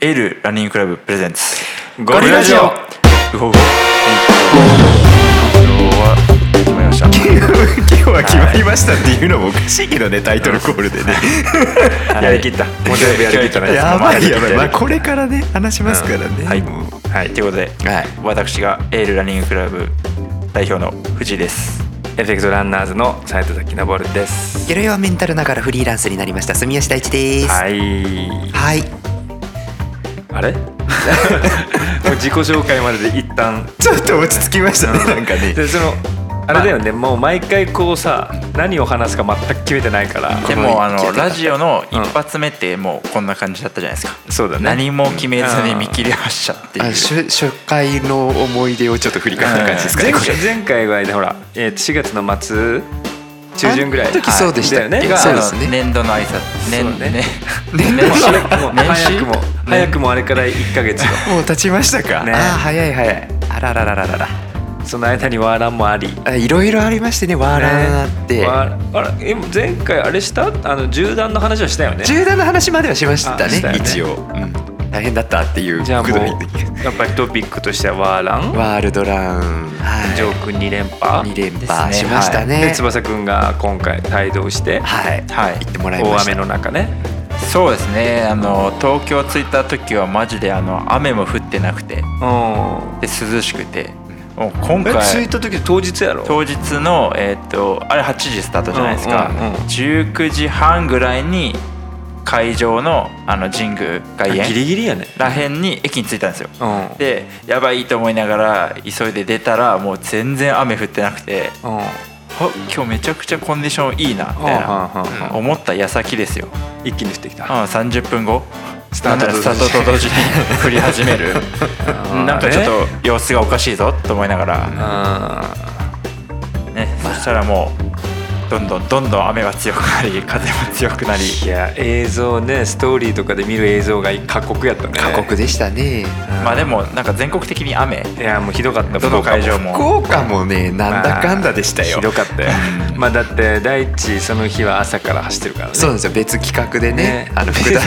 エールランニングクラブプレゼンツゴリラジオうほうほうはい今日は決まりました 今日は決まりましたっていうのもおかしいけどねタイトルコールでねやりきったもう全部やりきったねやばいやばい、まあ、はこれからね話しますからね、いもうはいということではい私がエールランニングクラブ代表の藤井ですエフェクトランナーズの斉藤崎昇です。鎧はメンタルながらフリーランスになりました住吉大地ですはい、い。あれ？も う自己紹介までで一旦。ちょっと落ち着きましたねなんかねでそのあれだよね、もう毎回こうさ何を話すか全く決めてないから。でこものあのラジオの一うん発目ってもうこんな感じだったじゃないですかそうだね。何も決めずに見切り発車っていうあしゅ初回の思い出をちょっと振り返った感じですかね、前これ回前回はねほら、えー、4月の末中旬ぐらいあの時そうでしたはいだよねがそうですね年度の挨拶年そうだねね年年始始もう年始早くも早くもあれから1か月よもう経ちましたか、ねあー早い早いあららららららその間にワーランもありあいろいろありましてねわらなって、ねわあらえ前回あれしたあの銃弾の話はしたよね重大な話まではしましたあねしたよね一応、うん、大変だったっていうじゃあもうくどいやっぱりトピックとしてはワーランワールドラン、ジョはー君2連覇い、2連で覇すしねましたねで翼くんが今回帯同してはい、はい行ってもらいま大した雨の中ねそうですねあの東京着いた時はマジであの雨も降ってなくてでうん涼しくてもう今え着い回た時当日やろ当日のえーっとあれ8時スタートじゃないですか、うんうんうん19時半ぐらいに会場のあの神宮外ギ苑リギリやねらへんに駅に着いたんですようんうんでやばいと思いながら急いで出たらもう全然雨降ってなくてあ今日めちゃくちゃコンディションいいなみたいはあはあはあなはあうん思った矢先ですよ一気に降ってきたあ30分後スタートと同なんなら時にスタートと同時に降り始めるなんかちょっと様子がおかしいぞと思いながうら、んね、そしたらもうどんどんどんどん雨が強くなり風も強くなりいや映像ねストーリーとかで見る映像が過酷やったね過酷でしたねまあでもなんか全国的に雨いやもうひどかったどの会場福も岡もねなんだかんだでしたよひどかった よまあだって第一その日は朝から走ってるからねそうなんですよ別企画でねねあの福田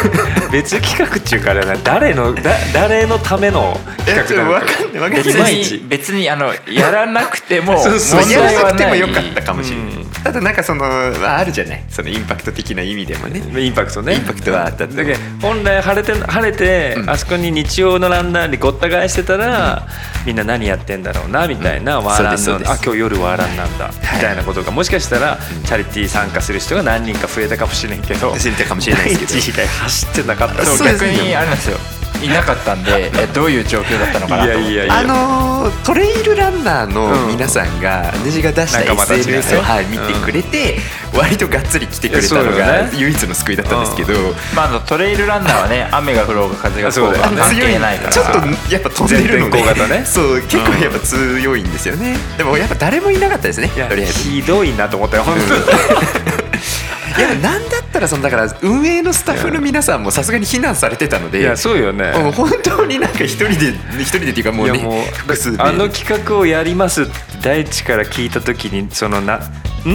別企画っていうかあれだな誰のだ誰のための企画なのいやちょっとわかんないわかんない別いまいちに別にあのやらなくても問 そうそうや題らはなくてなもいよかったかもしれない、うんただなんかその、まあ、あるじゃないそのインパクト的な意味でもねインパクトねインパクトはあったとだけど本来晴れて晴れて、あそこに日曜のランナーにごった返してたら、みんな何やってんだろうなみたいな、ワーランそうですそうのですあ今日夜ワーランなんだ、みたいなことがもしかしたら、チャリティー参加する人が何人か増えたかもしれん けど知れたかもしれないですけど第一以外走ってなかったそうそうです逆ねにあれなんですよいなかったんでえどういう状況だったのかなと思ってやあのートレイルランナーの皆さんが、私が出した仲間たちがね SNS を、はい、うん見てくれて、割とがっつり来てくれたのいやそうがよね唯一の救いだったんですけど、まああの、トレイルランナーはね雨が降ろうが風が吹こうがそ関うだよね係ないからちょっとやっぱ飛んでるので全天候型ね そう結構やっぱ強いんですよね、でもやっぱ誰もいなかったですねいやとりあえずひどいなと思ったよ本 当にいやなんだったらそのだから運営のスタッフの皆さんもさすがに非難されてたのでいやそうよねもう本当になんか一人で一人でっていうかもういやねもう複数であの企画をやりますって大地から聞いた時にそのな「ん?」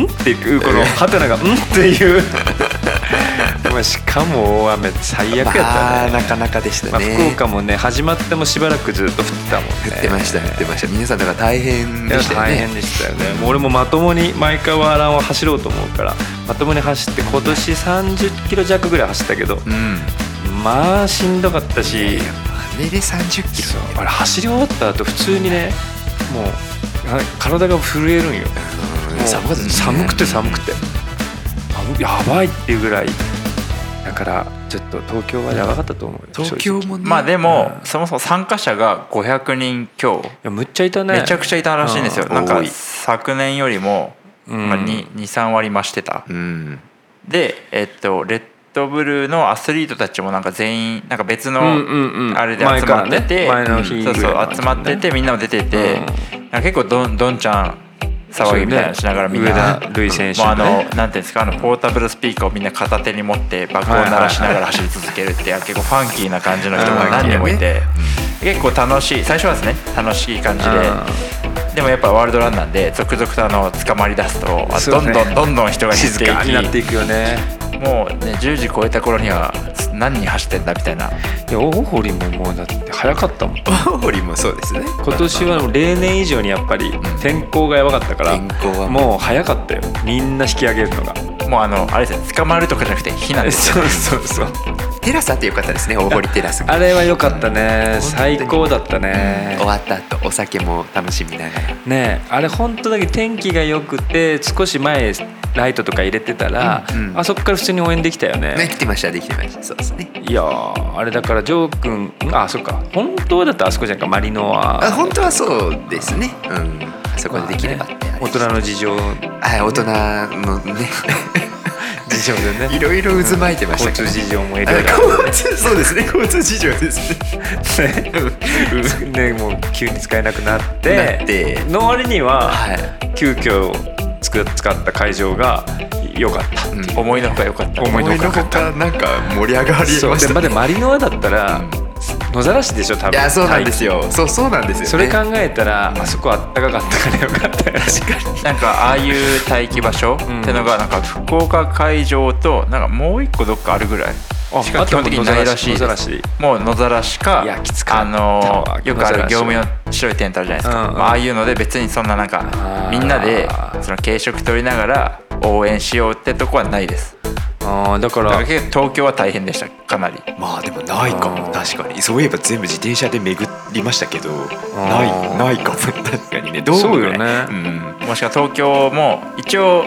っていうこのハテナが「ん?」っていう まあしかも大雨最悪やったね、まあなかなかでしたまあね、福岡もね始まってもしばらくずっと降ってたもんね降ってました降ってました皆さんだから大変 でしたよ大ね変でしたよねもう俺もまともに毎回ワーランを走ろうと思うからまともに走って今年30キロ弱ぐらい走ったけどうんまあしんどかったしあれで30キそうロあれ走り終わった後普通にねもうあ体が震えるんよもう寒かったですね寒くて寒くてあやばいっていうぐらいだからちょっと東京はやばかったと思うよ東京正も直いねまあでも、そもそも参加者が500人強、やむっちゃいたねめちゃくちゃいたらしいんですよ、うんなんか多い昨年よりも、うんまあ、23割増してた、うんでえっとレッドブルのアスリートたちもなんか全員なんか別のうんうんうんあれで集まってて、前からね前の日うんそうぐらそいまうで集まっててみんなも出てて、うんなんか結構どんどんちゃん騒ぎみたいなのしながらみん上な田瑠唯選手もうあとねのなんていうんですかあのポータブルスピーカーをみんな片手に持って爆音鳴らしながら走り続けるっていう結構ファンキーな感じの人が何人もいて結構楽しい最初はですね楽しい感じででもやっぱワールドランなんで続々とあの捕まり出すとそうどんねどんどんどん人が減っていき静かになっていくよねもうね10時超えた頃には何人走ってんだみたいなや大堀ももうだって早かったもん大堀もそうですね今年はもう例年以上にやっぱり天候がやばかったから、天候はももう早かったよみんな引き上げるのがもうあのあれですね捕まるとかじゃなくて避難ですそうそうそううテラサってよかったですね大堀テラスがあれは良かったね本当に最高だったね終わった後お酒も楽しみながらねえあれ本当だけ天気が良くて少し前ライトとか入れてたら、うんうんあそこから普通に応援できたよねできてましたできてましたそうですねいやーあれだからジョー君あそっか本当はだってあそこじゃんかマリノはあ本当はそうですねうんあそこでできればってあれ大人の事情はい大人の ね事情 でいねろいろ渦巻いてました交か通らね事情もいろいろあ交通そうですね交通事情ですね ね、もう急に使えなくなってなっての割にははい急遽つく使った会場が良かった、うん思いのほか良かった思いの思いほのかほかなんか盛り上がりまそうしでたまねだマリノアだったら野ざらしでしょ多分いやそうなんです大よそうそうなんですよね気それ考えたらあそこあったかかったからよかったよ確かになんかああいう待機場所んってのがなんか福岡会場となんかもう一個どっかあるぐらいあしか基本的にないらしい野でざらすしもう野ざらしかいやきつかあったわのーよくある業務用の白いテントあるじゃないですか、うんうんまあ、ああいうので別にそんななんかあーみんなでその軽食取りながら応援しようってとこはないですあーだかだからら結構東京は大変でしたかなりまあでもないかも確かにそういえば全部自転車で巡りましたけどあーないないかも確かにねどうそうようねんもしくは東京も一応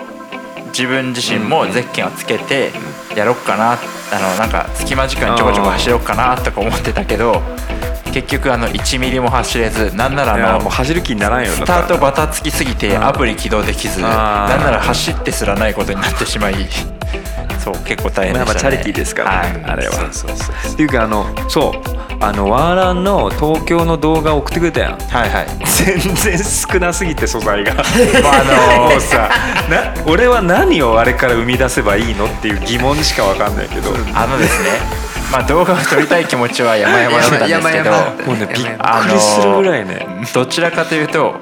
自分自身もゼッケンをつけてやろっかなあのなんか隙間時間ちょこちょこ走ろうかなとか思ってたけど結局あの1ミリも走れずなんないらやあもうの走る気にならんよスだタからートバタつきすぎてんアプリ起動できずあーなんなら走ってすらないことになってしまいそう結構大変でしたねまあまあチャリティーですからはいあれはそうそうそうっていうかあのそうあのワーランの東京の動画送ってくれたやんはい はい全然少なすぎて素材 がまああのもうさな俺は何をあれから生み出せばいいのっていう疑問しかわかんないけどもあのですねまあ動画を撮りたい気持ちは山々だったんですけど山々うねびっあくのりするぐらいね、どちらかというと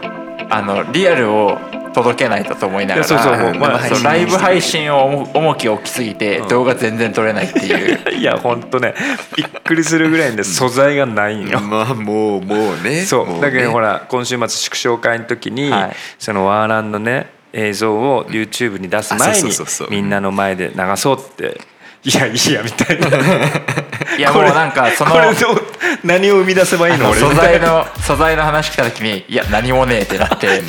あのリアルを届けないとと思いながらいやそうそうもうまあそうライブ配信を重重きを置きすぎて動画全然撮れないって いう、いやほんとねびっくりするぐらいね素材がないんよ、まあもうもうねそうだけどほらら今週末縮小会の時に、はいそのワーランのね映像を YouTube に出すあ前そうにそうそうそうみんなの前で流そうっていやいやみたいないやもうなんかそのこれどう何を生み出せばいいの俺素みた材いなの素材の話来た時にいや何もねえってな って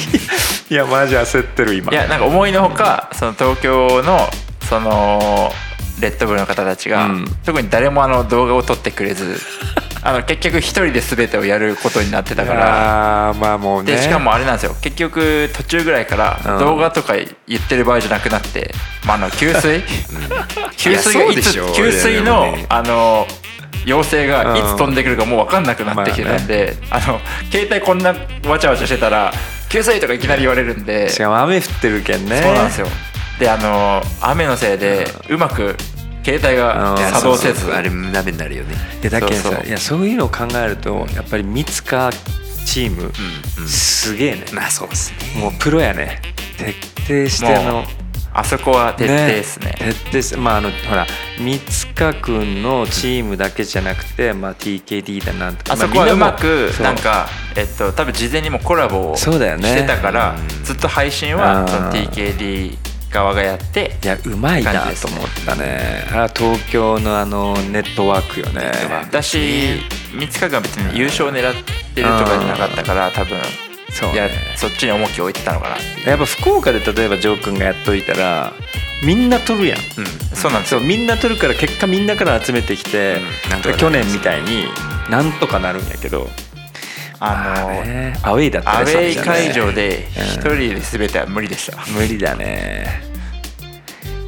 いやマジ焦ってる今いやなんか思いのほかその東京のそのレッドブルの方たちが、うん特に誰もあの動画を撮ってくれずあの結局一人で全てをやることになってたから。あーまあもうねでしかもあれなんですよ結局途中ぐらいからうん動画とか言ってる場合じゃなくなって、まあ、あの給水給水いやそがういでつしょ給水いやのでもねあの要請がいうんつ飛んでくるかもう分かんなくなってきてたんで、あの携帯こんなわちゃわちゃしてたら給水とかいきなり言われるんで、しそうかも雨降ってるけんねなんですよであの雨のせいでうまく携帯がうん作動せず、あれダメになるよねいやだけどさそうそういやそういうのを考えるとやっぱり三塚チーム、すげえねまあそうですねもうプロやね徹底してあもうのあそこは徹底ですね徹底ですまああのほら三塚君のチームだけじゃなくて、まあ、TKD だなんとかあそこはうまくそうなんかえっと多分事前にもコラボをしそうだよねてたからずっと配信はうんその TKD 側がやっていやうまいな感じですとね思ったねあれは東京のあのネットワークよねだし三塚が別に優勝狙ってるとかじゃなかったから多分そういねやそっちに重きを置いてたのかなっていうやっぱ福岡で例えばジョー君がやっといたらみんな取るやん、そうなんですそうよみんな取るから結果みんなから集めてきて、うんなんとかなる去年みたいになんとかなるんやけど、あのねアウェイだったねアウェイそれじゃね会場で一人で全ては無理でした無理だね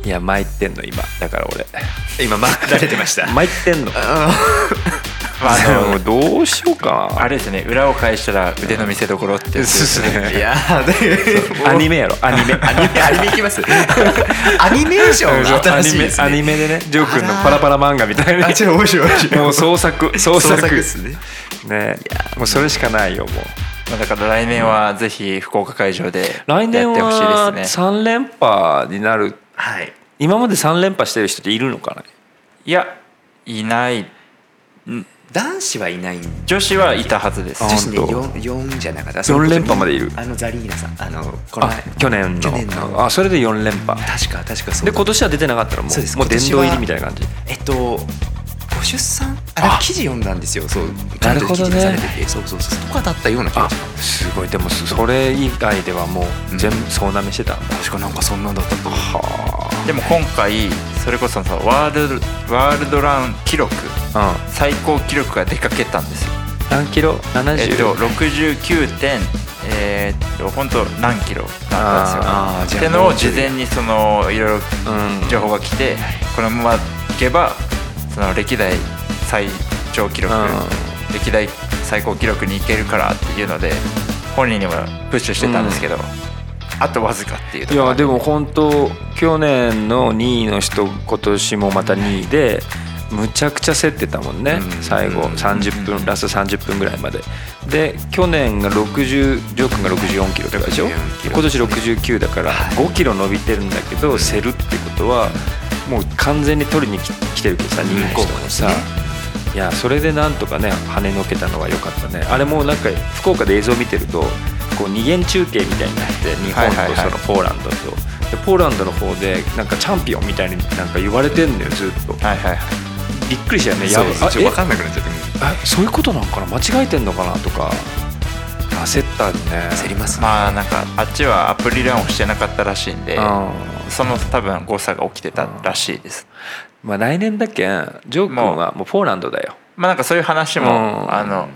いや参ってんの今だから 俺今まあられてました参ってんの まああ ものうどうしようかなあれですね裏を返したら腕の見せ所ってや つですねいやーでアニメやろアニ メアニメアニメいき ますアニメーションがア新しニいでメすアねニメでねジョー君のパラパラ漫画みたいなあちょっと面白い面白いもう創作 創創作作ですねねもうそれしかないよもうまあだから来年はぜひ福岡会場でやってほし来いで年はすね3連覇になるはい今まで3連覇してる人っているのかないやいない男子はいないんで女子はいたはずですあ女子ね本当四四じゃなかった四連覇までいるあのザリーナさんあのこのあ前去年の去年のあそれで4連覇確か確かそうでだ今年は出てなかったらもそうですうもう殿堂入りみたいな感じえっとご出産ああ記事読んだんですよそうなるほど関東ねで記事にされててそうそうそうとかだったような気があしますごいでもそれ以外ではもう全部総なめしてた、た確かなんかそんなんだったと思うでも今回それこそさワールドワールドラン記録う最高記録が出かけたんですよん、何キロ70、えっと69点えーっと本当何キロだったんですよあーあーってじゃあのもをう事ちょい前にそのいろいろうん情報が来てこのままいけばその歴代最長記録うん歴代最高記録に行けるからっていうので本人にもプッシュしてたんですけどあとわずかっていうといころやでも本当去年の2位の人今年もまた2位でむちゃくちゃ競ってたもんねうん最後30分ラスト30分ぐらいまでで去年が60ジョー君が64キロとかでしょ64キロ今年69だから5キロ伸びてるんだけど競るってことはもう完全に取りにき来てるけどさ2位候補もさいやそれでなんとかね跳ねのけたのは良かったねあれもなんか福岡で映像見てるとこう二元中継みたいになって日本はいはいとはそいのポーランドとでポーランドの方でなんかチャンピオンみたいになんか言われてんのよずっとはいはいびっくりしたよねそやうばあちょっとわかんなくなっちゃったええそういうことなんかな間違えてんのかなとか焦ったね競りますねまあなんかあっちはアプリランをしてなかったらしいんでうんその多分誤差が起きてたらしいですまあ来年だけんジョー君はもうポーランドだよまあなんかそういう話うんもあの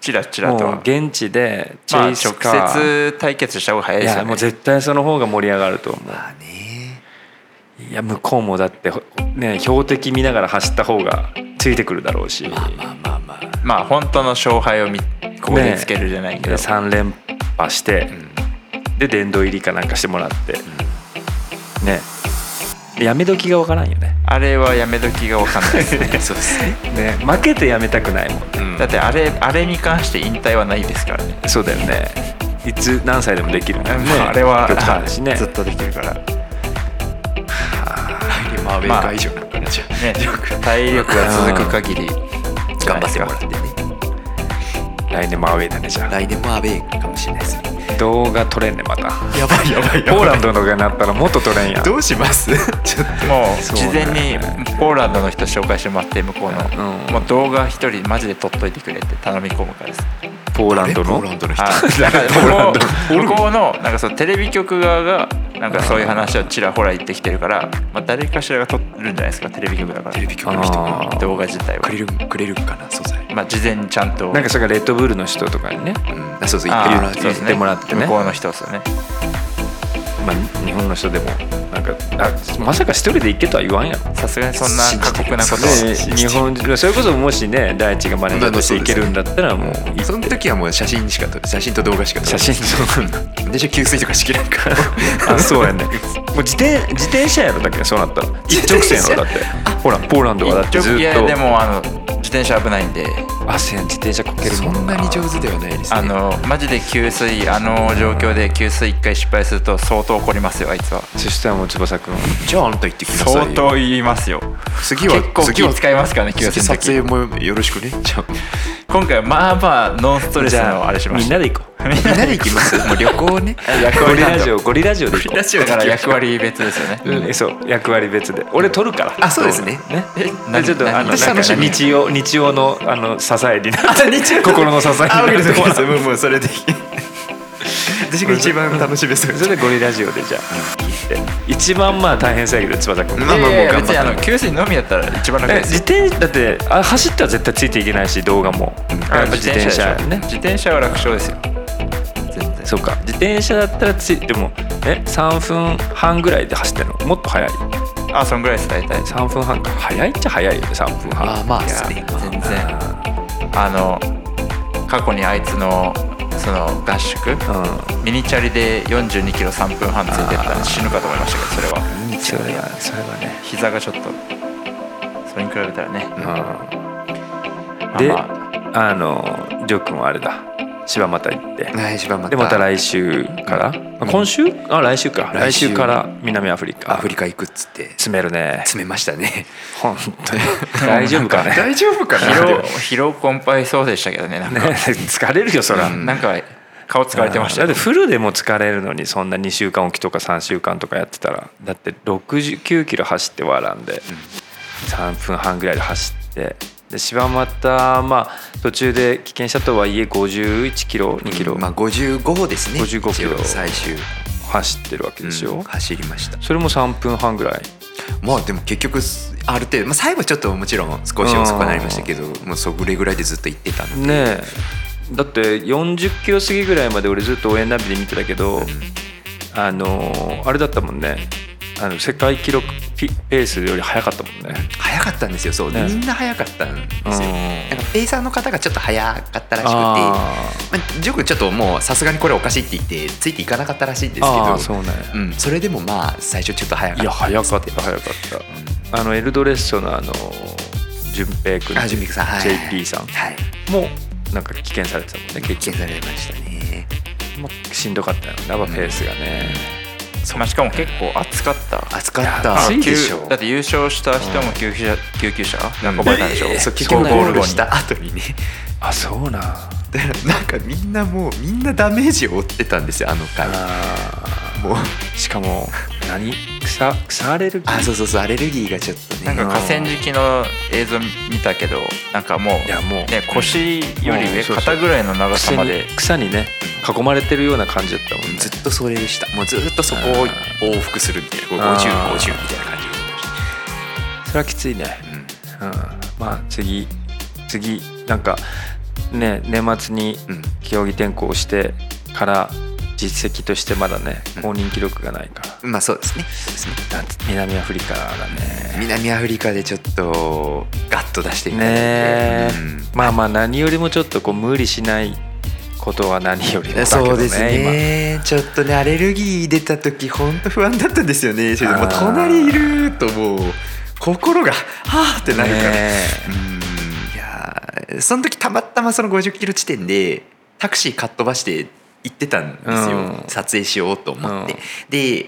ちらちらともうは現地でチまあェ直イスか、接対決した方が早いいですよやもねう絶対その方が盛り上がると思うまあねいや向こうもだってほね標的見ながら走った方がついてくるだろうし、まあまあまあまあ本当の勝敗をみここでつけるじゃないけど、で3連覇して、で殿堂入りかなんかしてもらって、ねやめ時がわからんよねあれはやめ時が分かんないですねそうですねね負けてやめたくないもんね、だってあれあれに関して引退はないですから ねそうだよねいつ何歳でもできるもんね、まあ、あれは、極端だしねずっとできるから、ね、来 年もアウェー会場なんだなじゃあ体力が続く限り頑張ってもらってね来年もアウェーだねじゃ来年もアウェーかもしれないですねあ動画撮れんねまたやばいやばいポーランドの動画になったらもっと撮れんやんどうしますちょっもうそう事前だにねポーランドの人紹介してもらって向こうの、うんもう動画一人マジで撮っといてくれって頼み込むからですポーラとンえドポのーランドの人はいだから向こう向こうのなんかそのテレビ局側がなんかそういう話をちらほら言ってきてるから、まあ、誰かしらが撮るんじゃないですかテレビ局だからテレビ局の人あーが動画自体はくれるくれるかな素材まあ、事前にちゃんとなんかそれがレッドブルの人とかにねうんあそうそう言ってもあらっーてそうですね言ってもらってね向こうの人ですよねまあ、日本の人でもなんかあまさか一人で行けとは言わんやろ、さすがにそんな過酷なことそうはね、日本人それこそもしね大地がマネージャーとして行けるんだったらもう行その時はもう写真しか撮る写真と動画しか撮写る真そうなんでしょ給水とかしきらん からだあそうやねもう自転自転車やろだけどそうなったら一直線やろだってほらポーランドはだって一ず応っいとやでもあの自転車危ないんであせん自転車こけるそもんんなに上手ではないですねあのマジで給水あの状況で給水一回失敗すると相当怒りますよあいつはそしたらもう翼くんじゃああんた行ってきなさいよ相当言いますよ次は結構次気は使いますからね給次水の撮時影もよろしくねじゃあ 今回はまあまあノンストレスのあれしまみしんたなで行こうみんなで行きます もう旅行ね役ゴ割リなんラだジオゴリラジオで行こうだから 役割別ですよねうんえそう役割別で俺取るからあそうですねね何ちょっとあの何なんか楽しみ日曜日曜のあの支えになる日曜心の支えにあなわかりるまとこした もうもうそれで私が一番楽しみそうそれでゴリラジオでじゃあ聞いて一番まあ大変そうやけど翼くんまあまあもう頑張っ別にあの給水のみだったら一番楽えです自転だってあ走ったら絶対ついていけないし動画もやっぱ自転車でしょね自転車は楽勝ですよ全然 そうか自転車だったらついでもえ3分半ぐらいで走ってるのもっと早いあそんぐらいです大体3分半か早いっちゃ早いよね3分半あーまあですいやね全然あの過去にあいつのその合宿うミニチャリで4 2キロ3分半ついてったら死ぬかと思いましたけどそれはんそれはそれはね膝がちょっとそれに比べたらねうんまあで、まあのジョー君はあれだ柴又行ってはい柴又でまた来週から、まあ今週あ来週か来来週週から南アフリカアフリカ行くっつって詰めるね詰めましたね本当に大丈夫か ね大丈夫か 疲な労疲労困憊そうでしたけどねなんか、疲れるよそら、なんか顔疲れてましただよってフルでも疲れるのにそんな2週間おきとか3週間とかやってたらだって69キロ走って笑んで3分半ぐらいで走ってで柴又まあ途中で危険車とはいえ51キロ2キロまあ55ですね55キロ一応最終走ってるわけでしょ、うん走りましたそれも3分半ぐらいまあでも結局すある程度、まあ、最後ちょっともちろん少し遅くなりましたけどもうそれぐらいでずっと行ってたのでねえだって40キロ過ぎぐらいまで俺ずっと応援ナビで見てたけど、あのーあれだったもんねあの世界記録ピペースより速かったもんね。早かったんですよそう、ねみんな早かったんですよ、うんなんかペーサーの方がちょっと早かったらしくてあまあ、ジョクちょっともうさすがにこれおかしいって言ってついていかなかったらしいんですけーあーど、そううねん、それでもまあ最初ちょっと早かったいや早かった早かったあのエルドレッソのあの淳平君あジュンビクさん、はい、 JP さんはいもなんか棄権されてたもんね結消局されましたねもうしんどかったよねやっぱペースがね、まあ、しかも結構暑かった暑かっいやた暑いでしょ救だって優勝した人も救急車、救急車運ばれたんでしょ、えーそう気基候本ゴゴーール後ルにした後にね あそうなんあだからなんかみんなもうみんなダメージを負ってたんですよあの回ーもうしかも何草草アレルギーあそうそうそうアレルギーがちょっとねなんか河川敷の映像見たけどなんかもういやもうね、腰よりもう上そうそう肩ぐらいの長さま草にで草にね囲まれてるような感じだったもんねずっとそれでしたもうずっとそこを往復するみたいなあ5050ーみたいな感じでそれはきついね、うんまあ次次なんかね年末にうん競技転向をしてから実績としてまだねうん公認記録がないから、まあそうですねそうですねなんて南アフリカだね南アフリカでちょっとガッと出していかないとねえ、うんまあまあ何よりもちょっとこう無理しないことは何よりもだけどねそうですねちょっとねアレルギー出た時本当不安だったんですよねそれでもうあー隣いるともう心がはあって今なるから、ねうんいやーその時たまたまその50キロ地点でタクシーかっ飛ばして行ってたんですよ、うん撮影しようと思って、うんで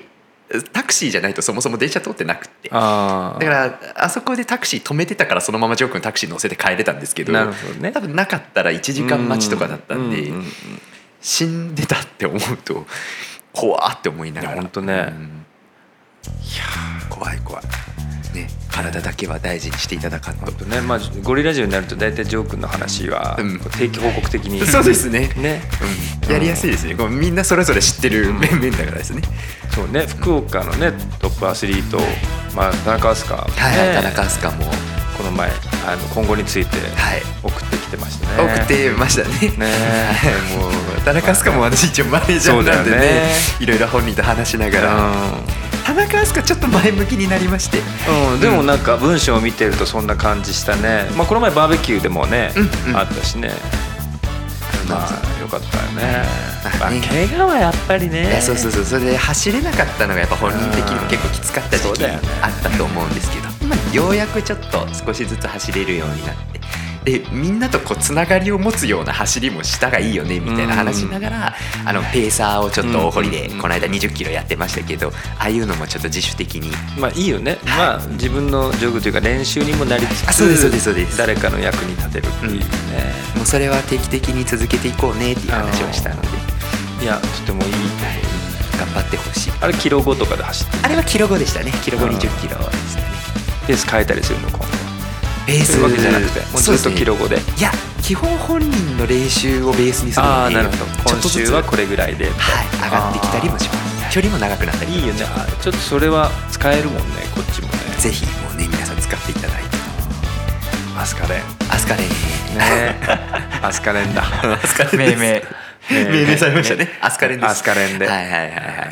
タクシーじゃないとそもそも電車通ってなくってだかああらあそこでタクシー止めてたからそのままジョー君タクシー乗せて帰れたんですけどなるほどね多分なかったら1時間待ちとかだったんで、ううう死んでたって思うと怖って思いながいらやほんとねうんいやー怖い怖いね体だけは大事にしていただかんとねまあ、ゴリラジオになると大体ジョー君の話はうんこう定期報告的 に、そうですねねうんやりやすいですねこうみんなそれぞれ知ってる面々だからですねそうね福岡のねトップアスリート、まあ、田中飛鳥、はい、ね田中飛鳥もこの前あの今後についてはい送ってきてましたね。送ってましたねねはい もう田中飛鳥も私一応マネージャーなんでそうだよねねいろいろ本人と話しながらう田中飛鳥ちょっと前向きになりましてんうん、でもなんか文章を見てるとそんな感じしたね、まあ、この前バーベキューでもね、うんうんあったしねまあよかったよね、ままああ、ね怪我はやっぱりねいやそうそうそうそれで走れなかったのがやっぱ本人的に結構きつかった時そう期だよねあったと思うんですけど、今ようやくちょっと少しずつ走れるようになってでみんなとこうつながりを持つような走りもしたがいいよねみたいな話しながら、あのペーサーをちょっと大堀でうんこの間2 0キロやってましたけどああいうのもちょっと自主的にまあいいよね、まあ自分のジョグというか練習にもなりつあつそうですそうですそうです誰かの役に立てるっていうね、もうそれは定期的に続けていこうねっていう話をしたのでいやとてもいい頑張ってほしいあれキロ5とかで走ってあれはキロ後でしたねキロ後2 0キロでしたねペース変えたりするの今後ベーそういうわけじゃなくてもうずっとキロ5でいや基本本人の練習をベースにするあのあでなるほちょどっ今とず週つはこれぐらいではい、上がってきたりもします距離も長くなったりいいよねあちょっとそれは使えるもんねこっちもねぜひもうね皆さん使っていただいてアスカレンアスカレン ねアスカレンだアスカレ命ンで名す命名されましたね アスカレンですアスカレンではいはいはいは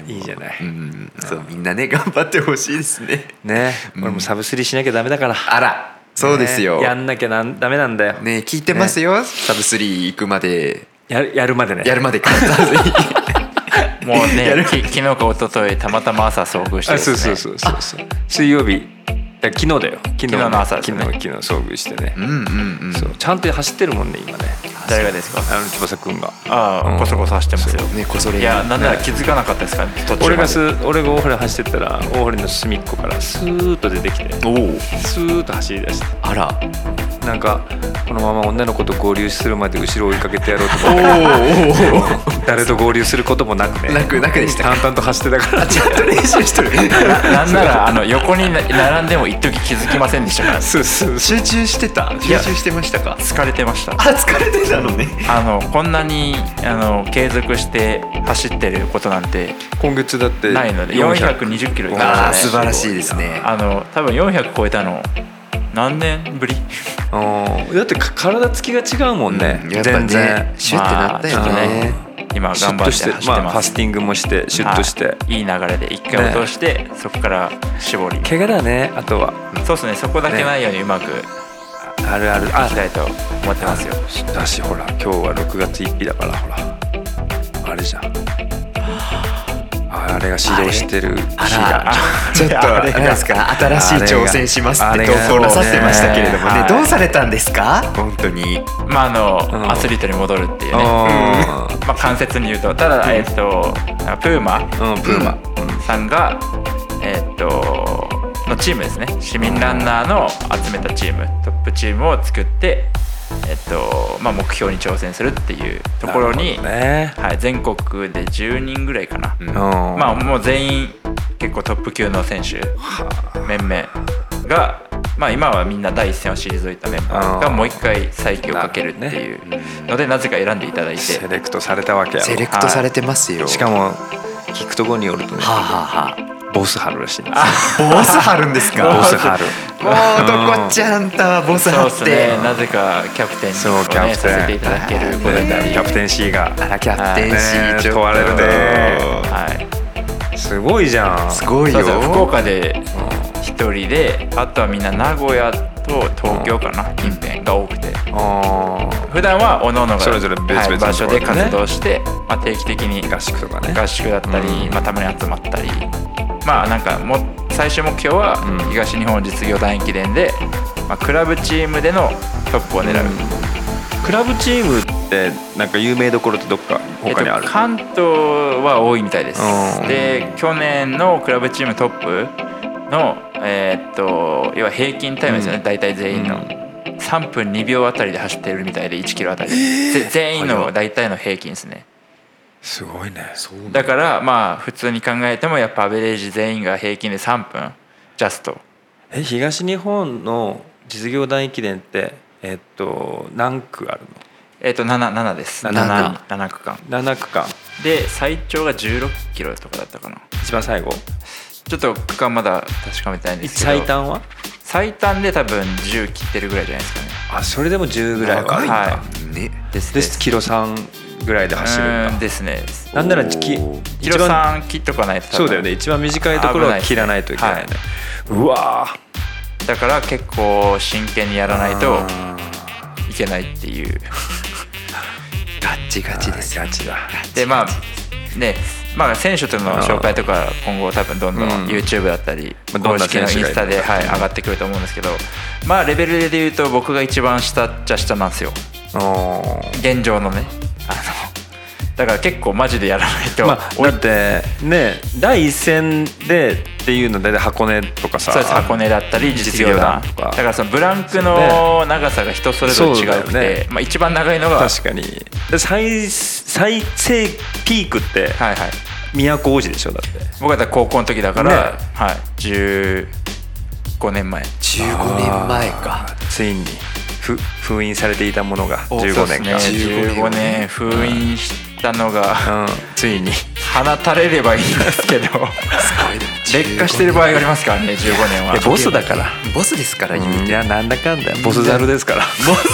いいいじゃないうんそうみんなね頑張ってほしいですねねうん俺もサブスリーしなきゃダメだからあらそうですよねやんなきゃなんダメなんだよね聞いてますよサブ3行くまでやるやるまでねやるまで必ず もうやねるき昨日か一昨日たまたま朝遭遇してあです、そうね、そうそうそうそう水曜日だ昨日だよ昨日昨日の朝ですね昨日昨日遭遇してねうんうんうんそうちゃんと走ってるもんね今ね誰がですかあの翼くんがあうあんこそこそ走ってますよねこそれいやなんなら気づかなかったですからね途中まで俺がす俺が大堀走ってったら大堀の隅っこからスーッと出てきておおスーッと走り出してあらなんかこのまま女の子と合流するまで後ろを追いかけてやろうとお思っーおーて誰と合流することもなくねなくなくでした淡々と走ってたか らちゃんと練習してる なんならあの横に並んでも一時気づきませんでしたからスースー集中してた集や中してましたか疲れてました あ疲れてたのねあのこんなにあの継続して走ってることなんて今月だってないので420キロいきましたあねー素晴らしいですねあの多分400超えたの何年ぶりうんだってか体つきが違うもんね、うんやっぱ全ね然シュッてなったよまあちょっとねね今シュ頑ッ張とっし走てっててまあフまァすスティングもしてシュッとして、はいいい流れで一回落として、そこから絞り怪我だねあとはそうですねそこだけないようにうまくいあるあるあきたいと思ってますよだしほら今日は6月1日だからほらあれじゃんあれが指導してる日あがらちょっとあれですか新しい挑戦しますって投稿なさってましたけれどもあれねがどうされたんですか本当にまああの、うんアスリートに戻るっていうねうまあ、関節に言うとただ、えっとプーマん、うん、プーマ、さんが、えっとのチームですね市民ランナーの集めたチームトップチームを作って、えっとまあ、目標に挑戦するっていうところに、なるはい、全国で10人ぐらいかな、ほどねうんまあもう全員結構トップ級の選手面々が、まあ、今はみんな第一線を退いたメンバーがうんもう一回再起をかけるっていうのでなぜか選んでいただい てセレクトされたわけやセレろクトされてますよしかも聞くとこによるとねはあはあはボス春らしいんですよ あボス張るんですかボス春もうどこちゃんとはボそスう張でっすてね、なぜかキャプテンに、ね、そうキャプテンさせていただけることになり、キャプテン C があらキャプテンシーねちょっと問われるねはい、すごいじゃんすごいそようそう福岡で一人で、あとはみんな名古屋と東京かな、近辺が多くて、あ普段は各々がそれぞれ別々はいの場所でところでね活動して、まあ、定期的にー合宿とかね合宿だったり、うんまあ、たまに集まったり、まあなんかもう最終目標はうん東日本実業団駅伝で、まあ、クラブチームでのトップを狙う。クラブチームってなんか有名どころってどっか他にあえっる、と、関東は多いみたいですうんで去年のクラブチームトップのえーっと要は平均タイムですよね、うん大体全員の、うん3分2秒あたりで走ってるみたいで1キロあたりで、ぜ全員の大体の平均ですねすごいねだからまあ普通に考えてもやっぱアベレージ全員が平均で3分ジャストえ東日本の実業団駅伝ってえっと何区あるえーっと 7, 7です7 7, 7区間の7区間で最長が1 6キロとかだったかな一番最後ちょっと区間まだ確かめたいんですけど最短は最短で多分10切ってるぐらいじゃないですかねあそれでも10ぐらいは長いんだはねですでキロ3ぐらいで走るんうだーんですねなんならきおーキ一ロ番3切っとかないと多分そうだよね一番短いとこ危ろないはですね切らないといけないねうわーだから結構真剣にやらないとあいけないっていうガッチガチーですよガチだでまあねまあ選手との紹介とか今後多分どんどんうん YouTube だったりまあど公んな式の選イン手がいるスタで、はい、上がってくると思うんですけどまあレベルで言うと僕が一番下っちゃ下なんですよおー現状のねあのだから結構マジでやらないと、まあ、だってね第一線でっていうので箱根とかさそうです箱根だったり実業団実業団とだかからそのブランクの長さが人それぞれ違うくそうてだよねまあ、一番長いのが確かにで最最盛ピークってはいはい、都王子でしょだって僕は高校の時だから、ねはい、15年前15年前かついにふ封印されていたものがお15そうです年ね間15年封印したのがうん、ついに放たれればいいんですけど劣化してる場合がありますからね15年はえボスだからボスですから言ういてやなんだかんだボスザルですからボス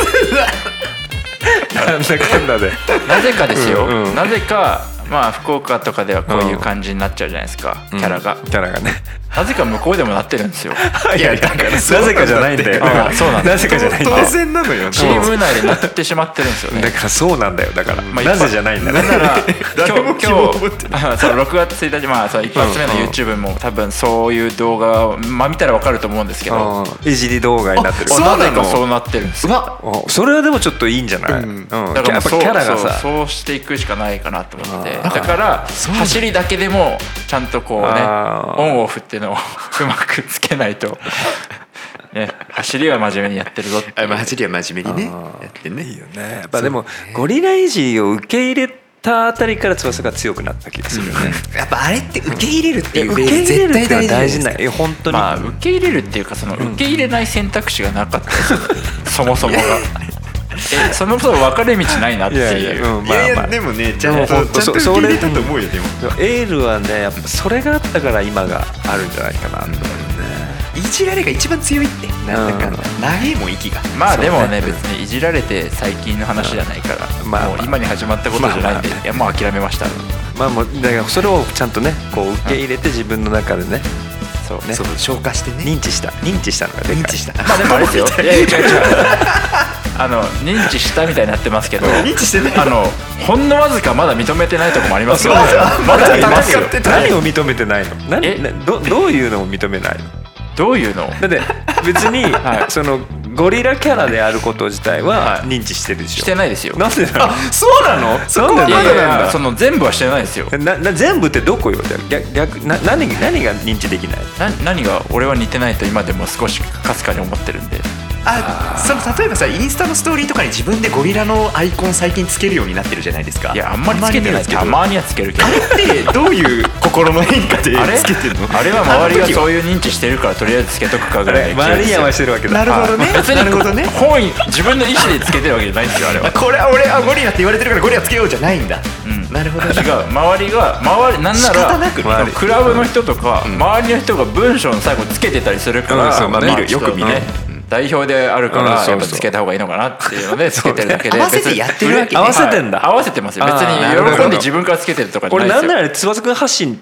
ザルなんだかんだでなぜかですよ、うんうんなぜかまあ福岡とかではこういう感じになっちゃうじゃないですか、キャラが、キャラがねなぜか向こうでもなってるんですよいやだからななぜかじゃないんだよああそうなんだなぜかじゃないんだ当よ然なのよチーム内でなってしまってるんですよね だからそうなんだよだから、まあなぜじゃないんだなねんなら今誰も日希望今を日持ってあそう6月1日まあそう一発目のうんうん YouTube も多分そういう動画をまあ見たらわかると思うんですけど、 うんいじり動画になってるあそうななのぜかそうなってるんですよ。わあそれはでもちょっといいんじゃない、うんだからもうやっぱそキうャラそがうさそうしていくしかないかなと思っててあだーから走りだけでもちゃんとこうねあーオンオフっていうのを うまくつけない と、ね、走りは真面目にやってるぞってあまあ走りは真面目にねあーやってねいいよねねやっぱでも、ゴリラいじりを受け入れたあたりから翼が強くなった気がするよね、やっぱあれって受け入れるっていう受け入れるってのは大事なないいや本当に、まあ受け入れるっていうかその受け入れない選択肢がなかったです よねそもそもが。えそもそも分かれ道ないなってい やいういや、うん、いまあやいまやあでもねちゃんとちゃほんんとと受そけ入れたそれと思うよでもエールはねやっぱそれがあったから今があるんじゃないかなと思うね、いじられが一番強いってなんだかんだ長いもん息がまあでもそうねね別にいじられて最近の話じゃないから、うんまあもう今に始まったことじゃないんで、まあまあいやもう諦めましたまあもうだからそれをちゃんとねこう受け入れて自分の中でねそうねそう消化してね認知した認知したのがでかい認知したまあでもあれですよ いやいや違う違うあの認知したみたいになってますけど認知 してないあのほんのわずかまだ認めてないとこもありますよあそうまだありますよ戦ってた何を認めてないのえ何などどういうのを認めないのどういうのだって別に、はいそのゴリラキャラであること自体はいは認知してるでしょ、してないですよなんでなのそうなのそこはややまだいやなんそだの全部はしてないですよなな全部ってどこよじゃあ逆逆な何何が認知できないな何が俺は似てないと今でも少しかすかに思ってるんであその例えばさインスタのストーリーとかに自分でゴリラのアイコン最近つけるようになってるじゃないですかいやあんまりつけてないたあんままにはつけるけどりつけてないってどういう心の変化であれつけてんのあれは周りがそういう認知してるからとりあえずつけとくかぐらいの勢いで周りすによ合わせてるわけだなるほどね別になるほどね本意自分の意思でつけてるわけじゃないんですよあれはあこれは俺はゴリラって言われてるからゴリラつけようじゃないんだ、んなるほど違ねう周りが周りなんな仕ら方なくねそのクラブの人とか、周りの人が文章の最後つけてたりするから、うんそうまあ見るちょっとよく見る代表であるから、うんそうそうやっぱつけた方がいいのかなっていうの でつけてるだけで、合わせてやってるわけね合わせてんだはい合わせてますよ別あーなるほにど喜んで自分からつけてるとかじゃな俺いでなすんよなら翼くん発信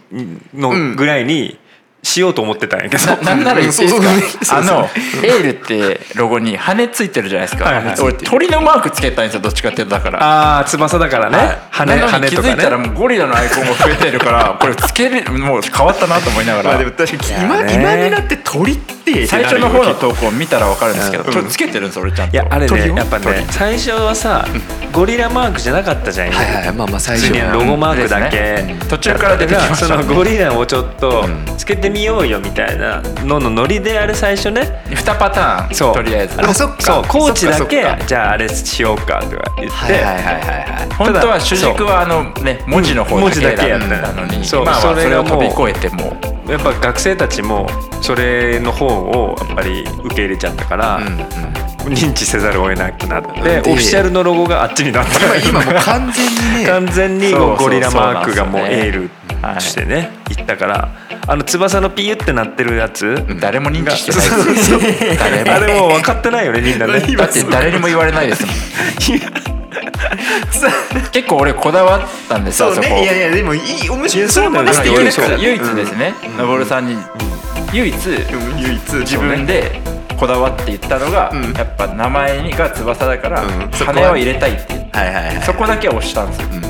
のぐらいにしようと思ってたんやけど、なんなら言っていいですか、うんそうあのエールってロゴに羽ついてるじゃないですか、はいはい俺鳥のマークつけたいんですよどっちかっていうとだからああ翼だからね、羽なのに羽気とづかいたらねもうゴリラのアイコンも増えてるからこれつけるもう変わったなと思いながまあでらも確かに今ね今になって鳥って最初の方の投稿見たら分かるんですけどこれつけてるんです俺ちゃんいとやあれ鳥ねよやっぱね最初はさゴリラマークじゃなかったじゃん、はいはいまあまあ最普初通にロゴマークだけ、うん途中から出てきましたねだからそのゴリラをちょっとつけてみようよみたいなののノリであれ最初ね2パターンそうとりあえずあそっかそうコーチだけそっかそっかじゃああれしようかとか言って、はいはいはいはいはい本当は主軸はあのね文字の方だけだったのうにんそうまあまあそそれれをがもう飛び越えてもうやっぱ学生たちもそれの方をやっぱり受け入れちゃったから、うんうん認知せざるを得なくなって、でオフィシャルのロゴがあっちになった 今今もう完全に ね完全にそうそうゴリラマークがもうそうなんですエよはーいルとしてねいったからあの翼のピユってなってるやつ誰も認知してそうないですそう誰もあれもう分かってないよねみんなね だって誰にも言われないですもん結構俺こだわったんですよそあうそこねいやいやでもいいおむしろいやそうなんだ任よせて唯いい一から唯一ですねのぼるさんに唯一うん唯一自分でこだわって言ったのが、んやっぱ名前にが翼だから、うんそこは羽を入れたいって言ってはいはいはいそこだけ押したんですよ、うん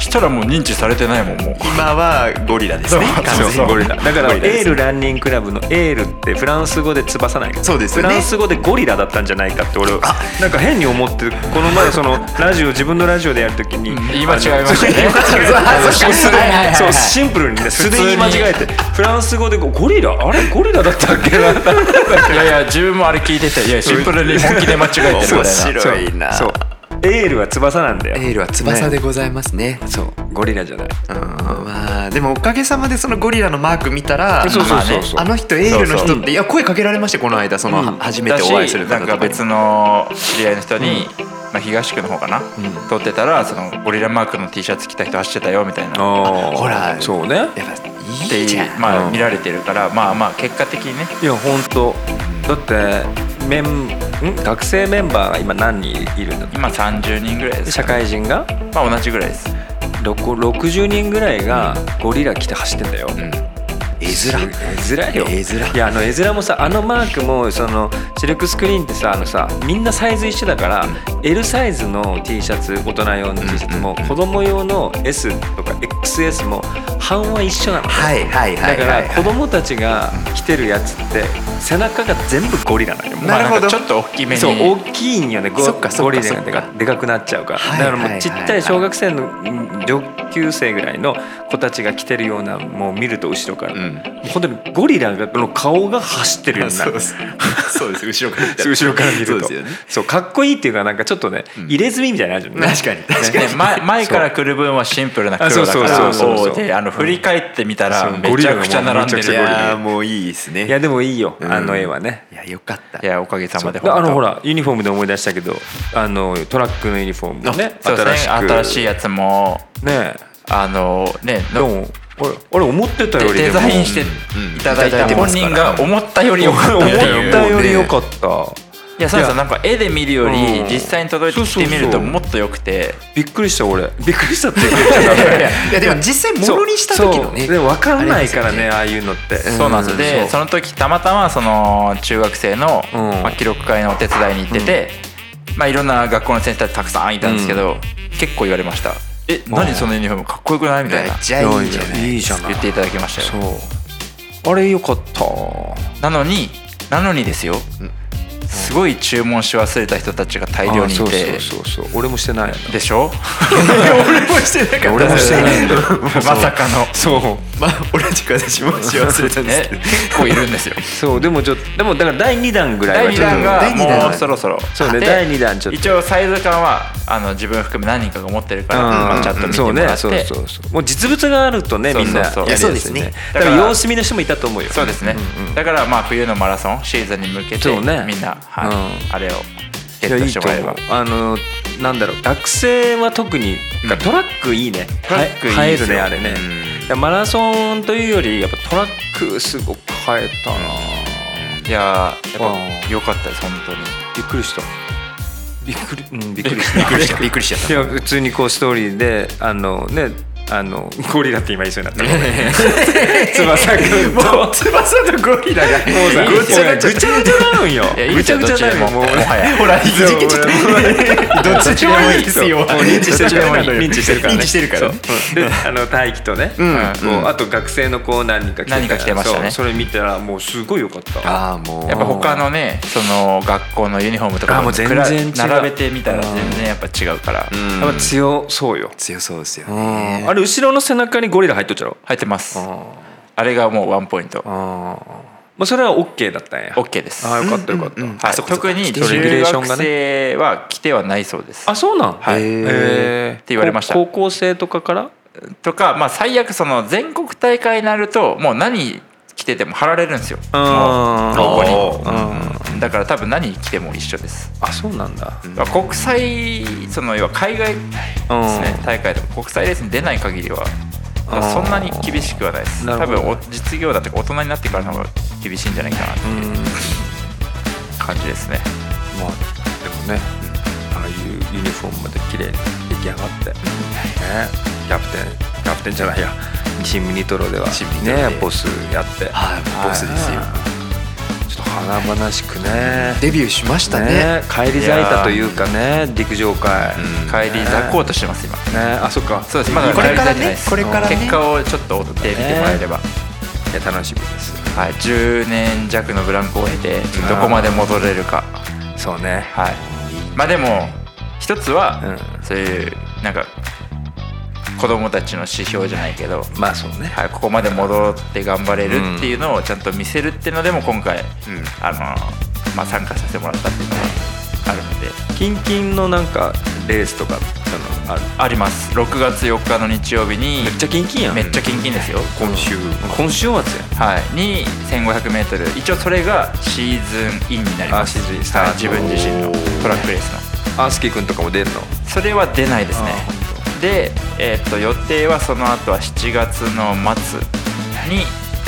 したらもう認知されてないもんもう今はゴリラですねそう完全にそうゴリラだからゴリラでエーすルランニングクラブのエールってフランス語で翼なんやけどそうですよねフランス語でゴリラだったんじゃないかって俺なんか変に思ってこの前そのラジオ自分のラジオでやるときに、言い間違えましたねそうそうはいはいはいはいそうシンプルにね素で言い間違えてフランス語でゴリラあれゴリラだったっけな いやいや自分もあれ聞いてていやシンプルに本気で間違えてるみたい面な白いなそうエールは翼なんだよエールは翼でございますねそうゴリラじゃないうんまあでもおかげさまでそのゴリラのマーク見たらそうそうそうまあねあの人エールのそう人っていや声かけられましてこの間その初めてお会いするだしなんか別別の知り合いの人に、まあ、東区の方かな、撮ってたらそのゴリラマークの T シャツ着た人走ってたよみたいなあほらそうねやっぱっいていじゃんいうまうあん見られてるから、まあまあ結果的にねいや本当だってメンん学生メンバーが今何人いるんだっ今30人ぐらいでてす社会人がまあ同じぐらいですろこ60人ぐらいがゴリラ来て走ってんだよ、うん絵面絵面よ絵面いやあの絵面もさあのマークもそのシルクスクリーンってさあのさみんなサイズ一緒だから、L サイズの T シャツ大人用の T シャツも、うんうんうん子供用の S とか XS も版は一緒なの、はいはいはだいかはらい子供たちが着てるやつって背中が全部ゴリラなのよまあなるほどんかちょっと大きめにそう大きいんよねゴそっかそっかゴリラそがっでかかでかくなっちゃうから、はいだからはもいうちっはいちゃい小学生のうん上級生ぐらいの子たちが着てるようなもう見ると後ろから、うんもう本当にゴリラの顔が走ってるように なそうるで。すそうです後ろから見た後ろから見るとそうですよねそうかっこいいっていうかなんかちょっとね、入れ墨みたいなのあるじゃんね 確かに確かにね、 前前から来る分はシンプルな黒だかあそらうそうそうそうこうであの振り返ってみたらそうめちゃくちゃ並んでゴるリラがもうめちゃくちゃゴリラいあーもういいですねいやでもいいよ、あの絵はねいやよかったやおかげさまでであのほららユニフォームで思い出したけどあのトラックのユニフォームもねそうですね新しく新しいやつもねあのねでも俺俺思ってたよデりでデもザインしていただいた本人が思ったより良かった思っっていうたより良かったいやそうですよなんか絵で見るよりうん実際に届いてきてみるともっと良く てびっくりした俺びっくりしたっていうか いやでも実際ものにした時のねそうで分かんないからねああいうのってそうなんですうでその時たまたまその中学生のうんまあ記録会のお手伝いに行っててまあいろんな学校の先生たちたくさんいたんですけど結構言われました「え何そのユニフォームかっこよくない?」みたいめなっちゃいいんじゃいなやいいいじゃない言っていただきましたそようあれ良かったなのになのにですよすごい注文し忘れた人たちが大量にいあてそうそうそうそう俺もしてないやでしょな俺もしてないんだよまさかのそうまあ同じく私もし忘れたんですえけど結構いるんですよそうでもちょっとでもだから第2弾ぐら第2いはちょっと弾が第二弾もうそろそろそうねで第2弾ちょっと一応サイズ感はあの自分含め何人かが持ってるから、まあ、チャット見てそうもらっねてそうそうそうもう実物があるとねそうみそうんそうなやりいやそやうですねだから様子見の人もいたと思うよそうですね、だからまあ冬のマラソンシーズンに向けて、そうねみんな、はいうんあれをゲいやットいいしてともらえば思うあのなんだろう学生は特に、うんトラックいいねトラックいいは映えでするよねあれね、いやマラソンというよりやっぱトラックすごく映えたな、いやーうやっぱん良かったです本当にびっくりしたびっくりうんびっくりしたびっくりしたびっくりしちゃった いや普通にこうストーリーであのねあのゴリラって今言いそうになった ごめん翼くんともう翼とゴリラがさごっちゃごっちゃぐちゃぐちゃなのよいやいいぐちゃぐちゃなのよ もうももはやほら、いじけちゃった。どっちでもいいですよ。 もう認知してるからどっちでもいい認知してるからね認知してるからねそうであの大輝とねんこうあと学生の子何人か何人か来てましたねそうそれ見たらもうすごい良かったああ、もう。やっぱ他のねその学校のユニフォームとかあもう全然比べ違う並べてみたら全然やっぱ違うからうんやっぱ強そうよ強そうですようね。んあれ後ろの背中にゴリラ入っとっちゃろ入ってますああれがもうワンポイントあまあそれは OK だったんや OK ですああよかったよかったはいそっかそっか特にそっかレギ中ュレーション学がね生は来てはないそうですあそうなんはいへーって言われましたこ高校生とかからとか、まあ、最悪その全国大会になるともう何着てても貼られるんですよもうあロゴおーにだから多分何着ても一緒です、あそうなんだまあ国際その要は海外ですうんね大会とか国際レースに出ない限りはあーそんなに厳しくはないですな多るほど分お実業だとか大人になってからの方が厳しいんじゃないかなっていう感じですねまあでもねああいうユニフォームまで綺麗に出来上がってねキャプテンキャプテンじゃないやチームニトロではチームニトロでねボスやってはい、ボスですよ。ちょっと華々しくねデビューしましたね。ね帰り咲いたというかね陸上界うん帰りざこうとしてます今ねあそっかそうですまだこれから帰り咲いてないでねす、これからね結。果をちょっと追ってみてもらえれば、いや楽しみですはい、10年弱のブランクを経てどこまで戻れるかそうねはいまあでも一つは、うそういうなんか子供たちの指標じゃないけど、まあそうねはい、ここまで戻って頑張れるっていうのをちゃんと見せるっていうのでも今回、あのまあ、参加させてもらったっていうのがあるのでキンキンのなんかレースとかそのあるあります6月4日の日曜日にめっちゃキンキンやんめっちゃキンキンですよ今週今週末やはい、に 1500m 一応それがシーズンインになりますあシーズンインスタートはい自分自身のトラックレースのアースキーくんとかも出んのそれは出ないですねあーで、えーっと予定はその後は7月の末に、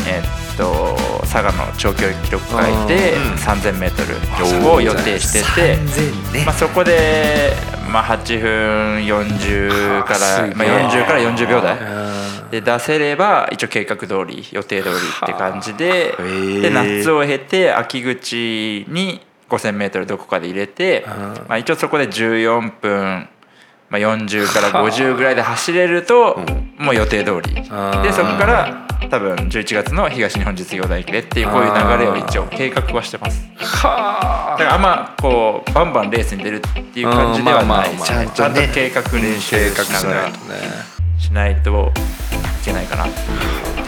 えーっと佐賀の長距離記録会で 3000m を予定してて、全然ねまあ、。そこで、まあ、8分40かはあすら、げえまあ、40から40秒台うんで出せれば一応計画通り予定通りって感じであへーで夏を経て秋口に 5000m どこかで入れて、うんまあ、一応そこで14分、まあ、40から50ぐらいで走れるともう予定通りであーそこから多分11月の東日本実業団駅でっていうこういう流れを一応計画はしてますだからあんまこうバンバンレースに出るっていう感じではうんまあまあないまあちゃんとね計画練習計画しなしがならいとねしないといけないかな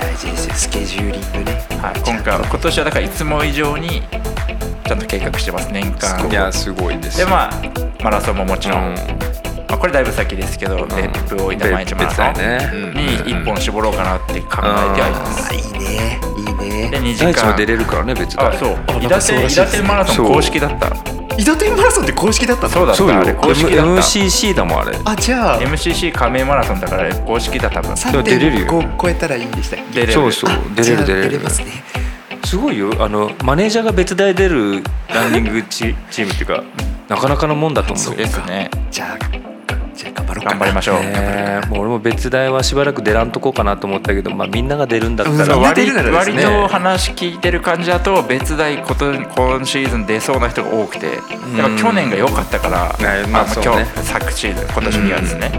大事ですよスケジューリングねはい、今回は今年はだからいつも以上にちゃんと計画してます年間いやすごいですでよまあマラソンももちろん、うんまあ、これだいぶ先ですけど、別府大分毎日マラソン別々だよねに1本絞ろうかなって考えてはいます、あいいねいいねで2時大地も間出れるからね別あだそう伊達伊達マラソン公式だった伊達マラソンって公式だったのそうだっそうよたあれ公式だった M- MCC だもんあれあじゃあ MCC 加盟マラソンだから公式だった多分う出れるよ3.5超えたらいいんでしたっ出けれるそうそう出れあるじゃあ出れるますねすごいよあのマネージャーが別大出るランニング チチームっていうかなかなかのもんだと思うよですねじゃあじゃあ頑張ろうかな頑張りましょう、ねえもう俺も別大はしばらく出らんとこうかなと思ったけど、まあ、みんなが出るんだっうたんそうら割出るならです割ねと話聞いてる感じだと別大こと今シーズン出そうな人が多くてだから去年が良かったから、ねまあそうね今日昨シーズン今年2月ね、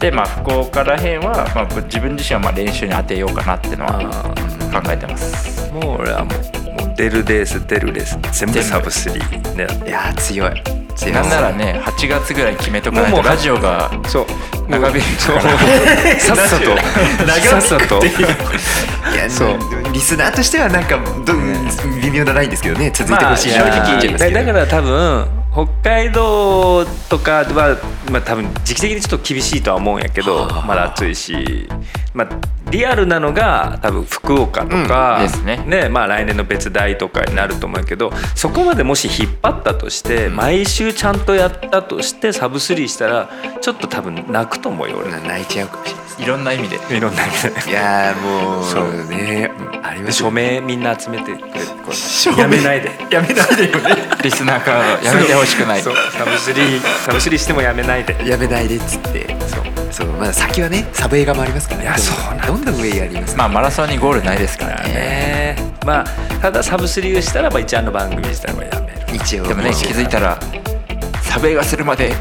でまあ福岡らへんは、まあ、ぶ自分自身はまあ練習に当てようかなっていうのは考えてますもう俺はもうもう出るレース出るレース全部サブスリーねいやー強い強いなんならね8月ぐらいに決めとかないもうともラうジオがそう長引く からさっさとさっさといやそうリスナーとしてはなんかど微妙なラインですけどね続いてほしいまあなって気いがしますやけだどだから多分北海道とかは、まあ、多分時期的にちょっと厳しいとは思うんやけどまだ暑いし、まあ、リアルなのが多分福岡とか、うんですねまあ、来年の別大とかになると思うけどそこまでもし引っ張ったとして毎週ちゃんとやったとしてサブスリーしたらちょっと多分泣くと思うよ俺な泣いちゃうかもしれないですいろんな意味でいろんな意味で。いやーもうそうねありまです署よ名みんな集めてくれてこ署れ名やめないでやめないでよねリスナーからやめてほしくない そうサブスリーサブスリーしてもやめないでやめないでっつってそうそうまだ先はねサブ映画もありますからねいやそうどんどん上やりますまあマラソンにゴールないですからねねまあただサブスリーをしたらば一案の番組自体はやめる一応でもねう気づいたらサベがするま で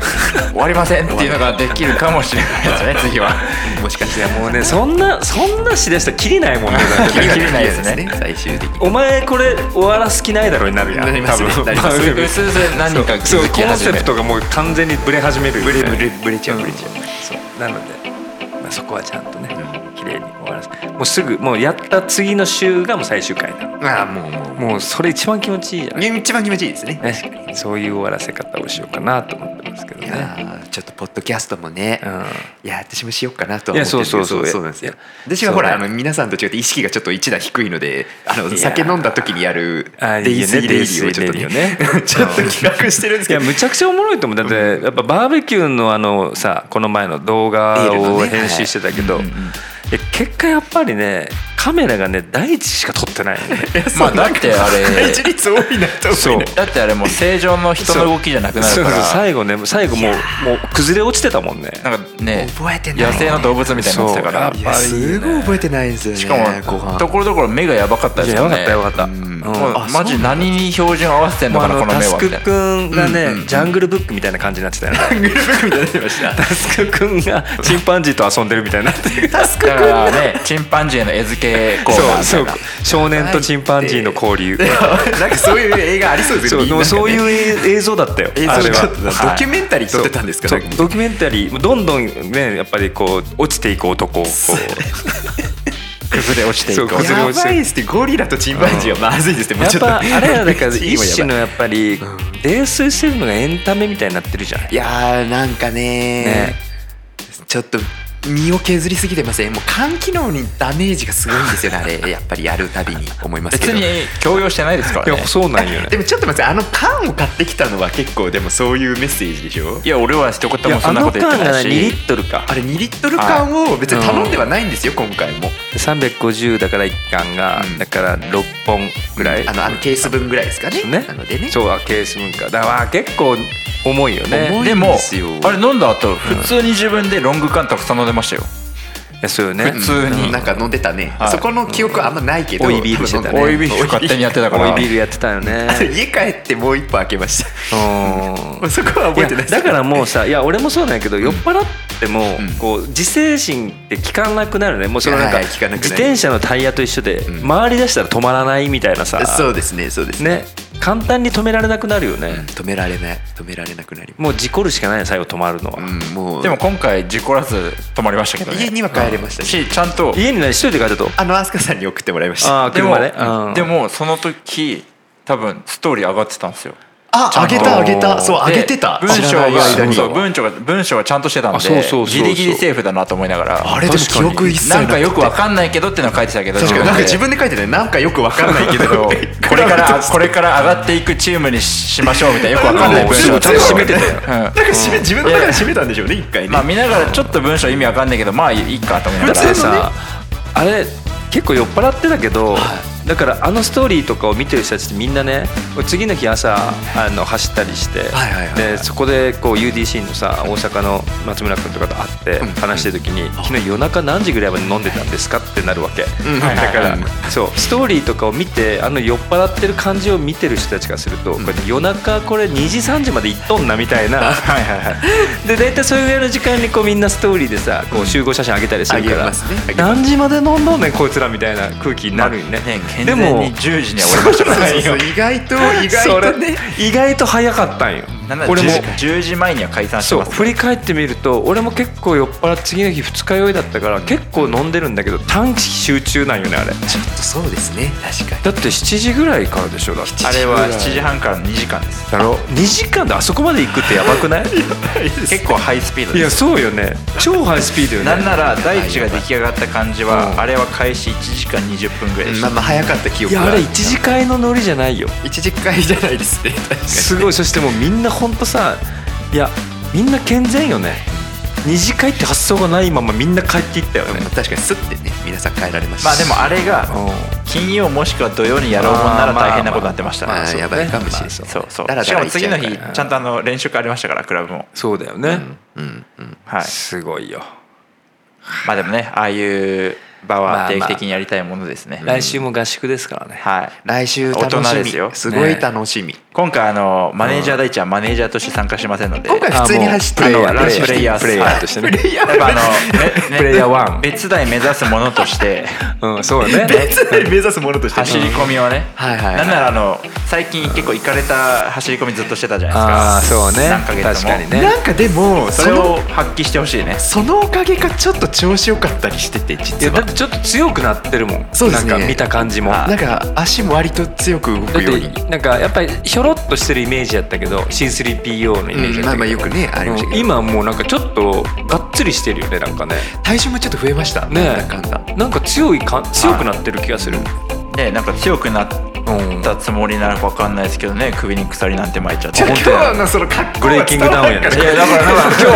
終わりませんっていうのができるかもしれないですね次はもしかしてもうねそんなそんなしだしたらきりない もんねだっ切てり切切れないですね最終的にお前これ終わらす気ないだろになるやんなりますね多分なりますねうすうす何人か気そうづきコン始セめプるトがもう完全にブレ始めるよねブレブレブレちゃうブレちゃうそうなので、まあ、そこはちゃんとね綺麗に終わらすもうすぐもうやった次の週がもう最終回なのああもうももうそれ一番気持ちいいじゃう一番気持ちいいですねん、ね、そういう終わらせ方をしようかなと思ってますけどいねやーちょっとポッドキャストもねうんいや私もしようかなとは思ってるんですいけやどそうそうそうそうなんですよいや私はほらそあうねの皆さんと違って意識がちょっと一段低いのであのや酒飲んだ時にやるあいいデイよスねイレイリーをちょっとねデイスイレイリ ーちょっと企画してるんですいけやどむちゃくちゃおもろいと思うだってやっぱバーベキューのあのさこの前の動ビ画ールのをね編集してたけど、いや結果やっぱりねカメラがね第一しか撮ってないのね まあだってあ れ一率多いなと思そうだってあれもう正常の人の動きじゃなくなそるうかそうら最後ね最後もうもう崩れ落ちてたもんねなんかね覚えてない野生の動物みたいになってたかそうやらっいやすごい覚えてないんですよねしか後も半ところどころ目がやばかったいですやよよかねったよかった、うん うんもうもうマジ何に標準合わせてんのあかなこののタ目スはみクたいくんがね、ジャングルブックみたいな感じになってたよねタスクくんがチンパンジーと遊んでるみたいになってるタスクなだから ねチンパンジーへの餌付けコーナーそみたいうそうな少年とチンパンジーの交流なんかそういう映画ありそうですそようねでもそういう映映像だったよ映像あれはちょっとドキュメンタリー撮ってたんですかそうなんかドキュメンタリーどんどんねやっぱりこう落ちていく男をこう崩れ落ちていそうく崩れや落ちてばいいくっすってゴリラとチンパンジーはまずいですってもやうっちょっとぱあれはだから一種 のいやっぱり泥酔してるのがエンタメみたいになってるじゃんやーなんかねねちょっと身を削りすぎてませんもう肝機能にダメージがすごいんですよねあれやっぱりやるたびに思いますけ別どに強要してないですかいらねやそうなんよねでもちょっと待ってあの缶を買ってきたのは結構でもそういうメッセージでしょいや俺は一い言やもそあんなのこと言っ缶てながいし2リットルかあれ2リットル缶を別に頼んではないんですよ今回も350だから1缶がんだから6本ぐらいあのあのケース分ぐらいですかねねなのでねそうはケース文化だから結構重いよね重いでもですよあれ飲んだ後普通に自分でロング缶たくさん飲んでましたよいやそうよね普通になんか飲んでたね、はいそこの記憶はあんまないけどオイビールしてたね多分オ飲イんでビール勝手にやってたからオイビールやってた よねあれ 家帰ってもう一歩開けました うんそこは覚えてないやだからもうさいや俺もそうなんやけど酔っ払ってもうんこう自制心って効かなくなるねもうそのなんかはいはい効かなくなる自転車のタイヤと一緒でん回り出したら止まらないみたいなさそうですねそうですねね簡単に止められなくなるようんね止められない止められなくなりまもう事故るしかないよ最後止まるのはす、うん、もうでも今回事故らず泊まりましたけどね家には帰れましたね、しちゃんと家に何一人で帰ったとあの飛鳥さんに送ってもらいましたあーでも車でうんでもその時多分ストーリー上がってたんですよあちゃんとあで文知章らない間がにそう文章が文章がちゃんとしてたんあそうそうそうでそギうリギリセーフだなと思いながらあれでも記憶一切ななんくてかよくわかんないけどっていうのは書いてたけど確かになんか自分分で書いてないなんかよくわかんないけでどこれからこれから上がっていくチームにしましょうみたいなよくわかんない文章もうちゃんと締めてたようんなんか締め自分の中で締めたんでしょうね一回ね、まあ見ながらちょっと文章意味わかんないけどまあいいかと思いながだかららさあれ結構酔っ払ってたけど、だからあのストーリーとかを見てる人たちってみんなね次の日朝あの走ったりして、はいはいはいでそこでこう UDC のさ大阪の松村君とかと会ってうん話してる時に、昨日夜中何時ぐらいまで飲んでたんですかってなるわけ、うんだから、うんそうストーリーとかを見てあの酔っ払ってる感じを見てる人たちがすると、これ夜中これ2時3時まで行っとんなみたいなで大体そういうぐらいの時間にこうみんなストーリーでさこう集合写真上げたりするかあげら、ますねあげます何時まで飲んどんねんこいつらみたいな空気になるよね,、健で全もに10時には終わりましたからそうそうそう意外と意そ外とれね意外と早かったんよなんなら 俺も 10, 時10時前には解散してそうます振り返ってみると俺も結構酔っ払って次の日二日酔いだったから結構飲んでるんだけど短期集中なんよねあれだちょっとそうですね確かにって7時ぐらいからでしょだってあれは7時半からの2時間ですだろ2時間であそこまで行くってやばくない結構ハイスピードいでやすそうよね超ハイスピードよねなんなら第一が出来上がった感じは、あれは開始1時間20分ぐらいでしまた、あまあ早かった記い憶やあはれ一次会のノリじゃないよ一時間じゃないですね確かにすごいそしてもうみんなほんとさいやみんな健全よね二次会って発想がないままみんな帰っていったよねまあ確かにスッてね皆さん帰られましたまあでもあれれが金曜もしくは土曜にやろうもんなら大変なことになってましたまあやばいかもしれないそうそうそうだらしだからも次の行っ日ちゃうからちゃんとあの練習会ありましたからクラブもそうだよね、うんうんはいすごいよまあでもねああいう場まあまはあ定期的にやりたいものですね、来週も合宿ですからね、はい来週大楽し人みですよすごいね楽しみ、今回あのマネージャー第一はマネージャーとして参加しませんので今回普通に走ってあもうあのプレイヤープレイヤープレイヤーとしてねいやや っぱあの、ねプレイヤーワン別台目指すものと してうんそうだね別に目指すものとして走り込みをね、はいはいはいなんならあの最近結構行かれた走り込みずっとしてたじゃあなあいですかそうね何ヶ月確もかにねなんかでもそそれのを発揮してほしいねそのおかげかちょっと調子良かったりしててい実やだっはてちょっと強くなってるもんそうですねなんか見た感じもなんか足も割と強く動だくっようにてなんかやっぱりひょろっとしてるイメージやったけど C3PO のイメージうんやまあったまあけよどくねありましたうんけど今もうなんかちょっとがっつりしてるよねなんかね体重もちょっと増えましたねなんだかんだなんか強いか強くなってる気がするねなんか強くなっうんたつもりなのか分かんないですけどね首に鎖なんて巻いちゃってじゃあ本当今日のその格好ブレイキングダウンやねいやだからだから今日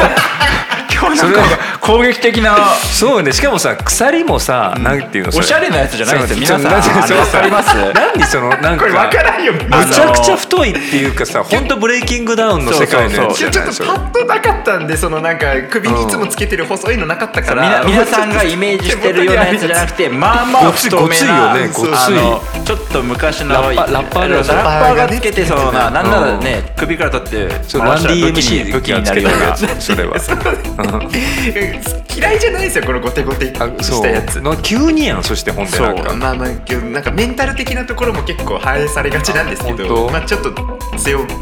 今日なんか攻撃的なそうよねしかもさ鎖もさ、なんていうのそおしゃれなやつじゃないですよ皆さんそうなんあでれわかります何そのなんかこれ分からんよめちゃくちゃ太いっていうかさ本当ブレイキングダウンの世界のやつちじょっとゃないパそれッとなかったんでそのなんか首にいつもつけてる細いのなかったからみな皆さんがイメージしてるようなやつじゃなくてまあまあごつい太めなごついよねごついあのちょっと昔のラッパラッパーがラッパーがつけてそうなうんなんならね首から取ってそうランディ MC 武器になるようがなつけてるやつそれ は嫌いじゃないですよこのゴテゴテあしそたやつうの急にやんそしてほんでなんかまあまあけどなんかメンタル的なところも結構反映されがちなんですけあ本ど当まあちょっと強ね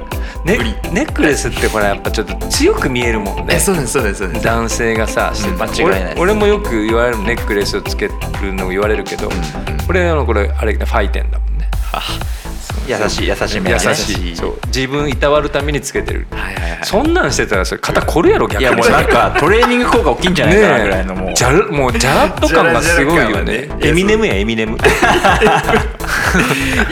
ぶりネックレスってほらやっぱちょっと強く見えるもんねえそうですそうですそうです男性がさして間違いないです俺俺もよく言われるネックレスをつけるのを言われるけど、俺あのこれあれファイテンだもんね優しい優しい目優しいそう自分いたわるためにつけてる、はいはいはいそんなんしてたらそれ肩凝るやろ逆いにやもうなんかトレーニング効果大きいんじゃないかなぐらいのもうねえじゃらもうじゃらっと感がすごいじゃよらじゃねら感はねエミネムやエミネムい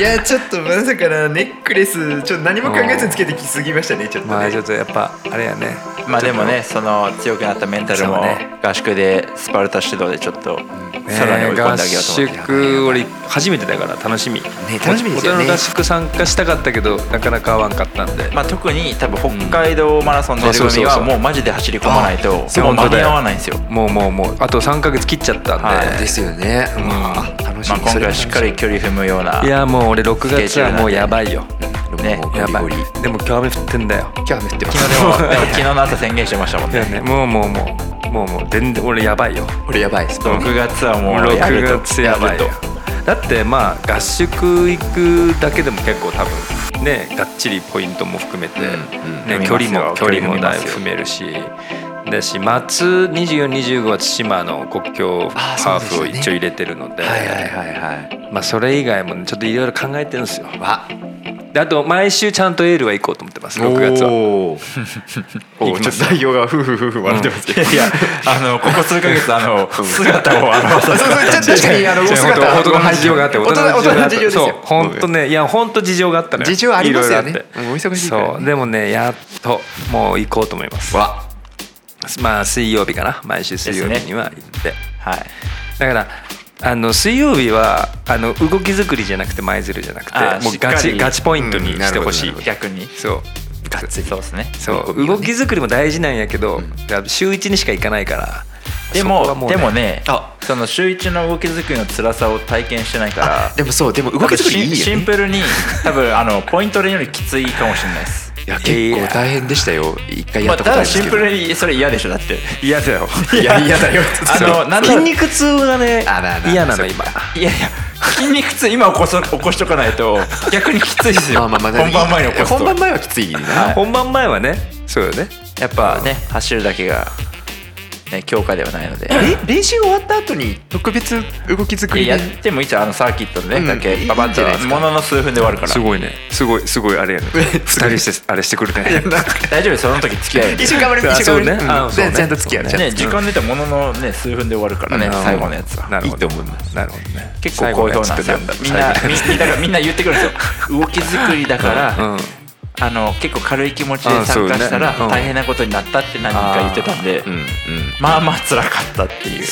やちょっとまさかなネックレスちょっと何も考えずにつけてきすぎましたねちょっと まあちょねっとやっぱあれや ねまあでもねその強くなったメンタルもそうね合宿でスパルタ指導でちょっとさらに追い込んであげようと思ってね合宿俺初めてだから楽しみ楽しみですよね大人の合宿参加したかったけどなかなか合わんかったんで、まあ、特に多分北海道マラソンの組はもうマジで走り込まないとそうもう間に合わないんですよ。もうもうもうあと3ヶ月切っちゃったんで、はいですよね、うん、楽しまあ、み、今回はしっかり距離踏むようないやもう俺6月はもうやばいよねねゴやリばゴリいでも今日雨降ってんだよ今日雨降ってま昨す日でもでも昨日の朝宣言してましたもんいやねねもうもうもうもうもう全然俺やばいよ俺やばいです6月はもうやると6月やばいよるとだってまあ合宿行くだけでも結構多分ねがっちりポイントも含めて、うんうんね、距離も距踏みますよ離もだいぶ踏踏めるしだし松2425は対馬の国境あーハーフそをうですね一応入れてるのではいはいはいはいまあそれ以外もねちょっといろいろ考えてるんですよわであと毎週ちゃんとエールは行こうと思ってます6月は おおおーちょっと内容がふふふふ笑ってますけど、いやあのここ数ヶ月あ の姿を現さそうそうちょ確かにあのお違う姿本当本当の事情があって大人の大人の事情ですよそう本当ねいや本当事情があったのよ事情ありますよねいろいろあってうんお忙しいからねそうでもねやっともう行こうと思いますわまあ水曜日かな毎週水曜で日すねには行って、はいだからあの水曜日はあの動き作りじゃなくて舞鶴じゃなくてあーもうガしっかチりガチポイントにうんしてほしい、なるほどなる逆ほにそうガッツリそうですねそう動き作りも大事なんやけど、週1にしか行かないからでそこもはうでねもねあその週一の動き作りの辛さを体験してないからでもそうでも動き作りいいシよンねプルに多分あのポイントでよりきついかもしれないですいや結構大変でしたよ一回やまあったことたあるだんですシンけプどルにそれ嫌でしょだって嫌だよいや嫌だよあのなんだ筋ろう肉痛がねあらあら嫌なの今いやいや筋肉痛今起こそ起こしとかないと逆にきついですよまあまあまあ本番前に起こすと本番前はきついな、本番前はねそうよねやっぱね走るだけが、ね、強化ではないのでれ練習終わった後に特別動き作りいやでやってもいいじゃんあのサーキットでうんねだいけいババッいいんじゃないですとかものの数分で終わるからごいねすごいすごいあ れやね二人してあれしてくるね大丈夫その時付き合えるんで一緒に頑張るあ一緒に頑張そうねるあうんそうねでちゃんと付き合うそうちゃんとね時間出てもののね数分で終わるからねうん最後のやつはなるほどいいと思いますなるほどね結構好評なんですよみんな みんなだからみんな言ってくるんですよ動き作りだから、うんあの結構軽い気持ちあでそう参加ねしたらうん大変なことになったって何人か言ってたんで、うんうんまあまあ辛かったっていう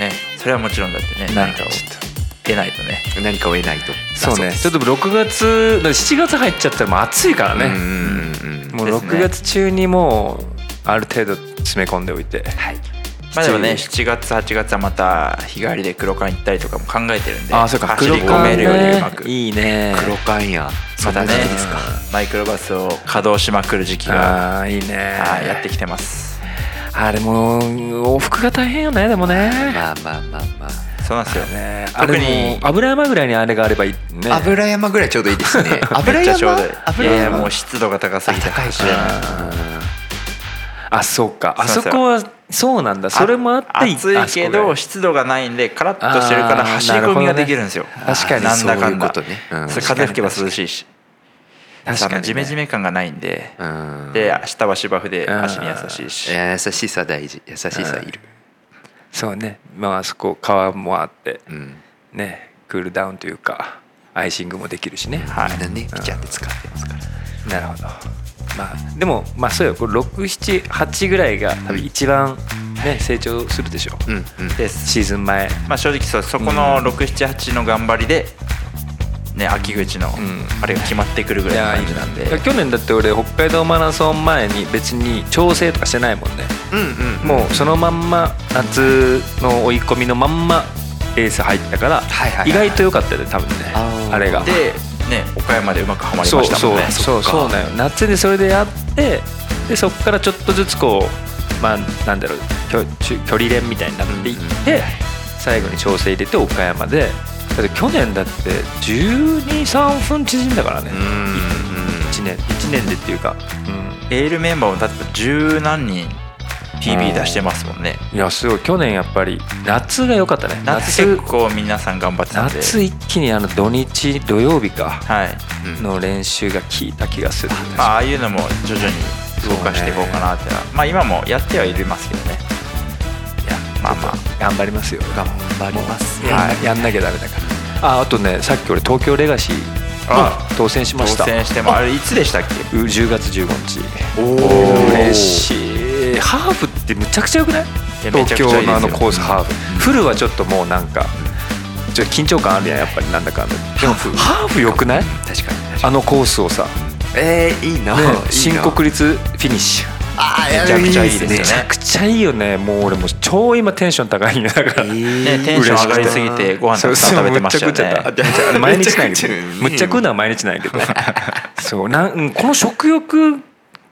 ねそれはもちろんだってね何かを得ないとね何かを得ないとそうねちょっと6月だから7月入っちゃったらもう暑いからうんね、うんうんうんもうですね6月中にもうある程度詰め込んでおいてはいまあでもね7月8月はまた日帰りで黒缶行ったりとかも考えてるんで走り込めるよりうまくいいね黒缶やまたねそんな時期ですかマイクロバスを稼働しまくる時期があーいいねはいやってきてますあれも往復が大変よねでもねまあまあまあまそうなんですよね特にあれも油山ぐらいにあれがあればいいねあ油山ぐらいちょうどいいですねめ油っちゃちょう山どいい油いやいや山もう湿度が高すぎて高いしあそうかあそそうそうこはそうなんだそれもあって暑いけどあそ湿度がないんでカラッとしてるからあー走り込みができるんですよ、なるほどね確かになんだかんだそういうことねうんそれ風吹けば涼しいし確かにあのジメジメ感がないんで、うんで下は芝生で足に優しいいしや優しさ大事優しさいるこそうねまああそこ川もあってうんねクールダウンというかアイシングもできるしねはいみんなねピチャって使ってますからなるほどまあでもまあそうよ678ぐらいが多分一番ね成長するでしょうんうんですシーズン前まあ、正直そうそこの678の頑張りで、ね、秋口のんあれが決まってくるぐいやらいいのい感じななんんでで去年だって俺北海道マラソン前に別に調整とかしてないもんねうんうんもうそのまんま夏の追い込みのまんまレース入ったからはいはいはい意外と良かったよね多分ねあーあれがで、ね、岡山でうまくはまりそまうしたそもんうねそそっうかそうなんよ夏でそれでやってでそこからちょっとずつこうまあなんだろうきょ距離連みたいになっていって最後に調整入れて岡山でだって去年だって1 2 3分縮んだからねうんうん1年1年でっていうかうんエールメンバーもだって十何人 PB 出してますもんねいやすごい去年やっぱり夏が良かったね夏結構皆さん頑張ってたんで夏一気にあの土日土曜日かはいうんの練習が効いた気がするまあああいうのも徐々に動かしていこうかなってのはまあ今もやってはいますけどねいやまあまあ頑張りますよ頑張りますはいやんなきゃダメだからああとねさっき俺東京レガシーあも当選しま当したう選してもあれいつでしたっけ10月15日お嬉しいハーフってむちゃくちゃよくないやめち東ゃくちゃいいですよ京のあのコースハーフフルはちょっともうなんかちょっと緊張感あるやんやっぱりなんだかんだでハもーフハーフよくない確かに確かあのコースをさ、にえー、いいな、ねいいな 新国立フィニッシュあーやめちゃくちゃいいですめよちゃねくちゃいいよねもう俺もう超今テンション高いんだから、ねテンション上がりすぎてご飯たくさん食べてましたよそうそうねむっちゃ食っちゃったあ毎日ないめちゃくちけゃどうんむっちゃ食うのは毎日ないけどそうなんうんこの食欲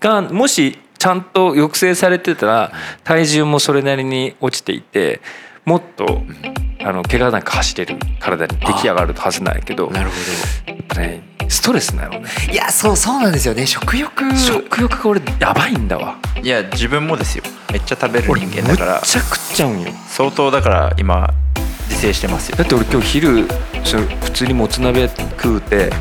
がもしちゃんと抑制されてたら体重もそれなりに落ちていてもっとあの怪我なく走れる体に出来上がるはずなんやけどなるほねストレスなのねどいやそうそうなんですよね食欲食欲が俺やばいんだわいや自分もですよめっちゃ食べる俺人むっ間だからちゃ食っちゃうんよ相当だから今自制してますよだって俺今日昼その普通にもつ鍋食うて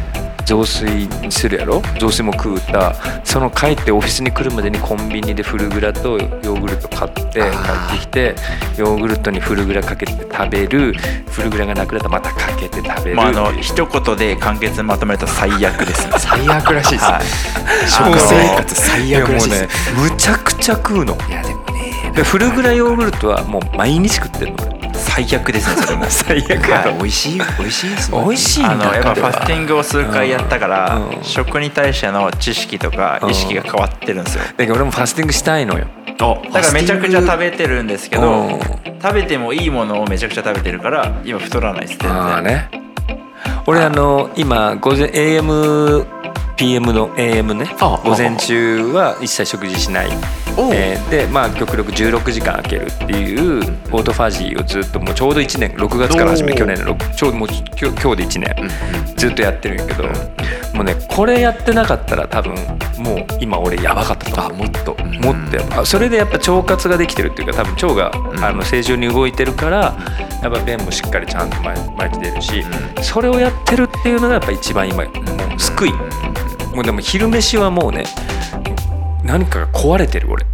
雑炊にするやろ雑炊も食うたその帰ってオフィスに来るまでにコンビニでフルグラとヨーグルト買って帰あーってきてヨーグルトにフルグラかけて食べるフルグラがなくなったらまたかけて食べる、まああの一言で簡潔にまとめると最悪ですね最悪らしいです、はい食生活最悪らしいですやもうねむちゃくちゃ食うのいやでもねでフルグラヨーグルトはもう毎日食ってんの俺最悪ですねそれも最悪なんやかろ美味しい美味しいですもんね美味しいんだあのやっぱ彼フはァスティングを数回やったから、うん食に対しての知識とか意識が変わってるんですよ、だけど俺もファスティングしたいのよだからめちゃくちゃ食べてるんですけど、うん食べてもいいものをめちゃくちゃ食べてるから今太らないです全ああ然、ね俺あの今午前 AMPM の AM ねあ午前中は一切食事しない、おうえーでまあ極力16時間空けるっていうオートファジーをずっともうちょうど1年6月から始めおー去年の6ちょうどもう今日今日で1年、うんずっとやってるんやけど、もうねこれやってなかったら多分もう今俺やばかったと思あうもっとうん持ってあそれでやっぱ腸活ができてるっていうか多分腸が、んあの正常に動いてるからやっぱ便もしっかりちゃんと毎毎日出るし、それをやってるっていうのがやっぱ一番今もう救い、もうでも昼飯はもうね何かが壊れてる俺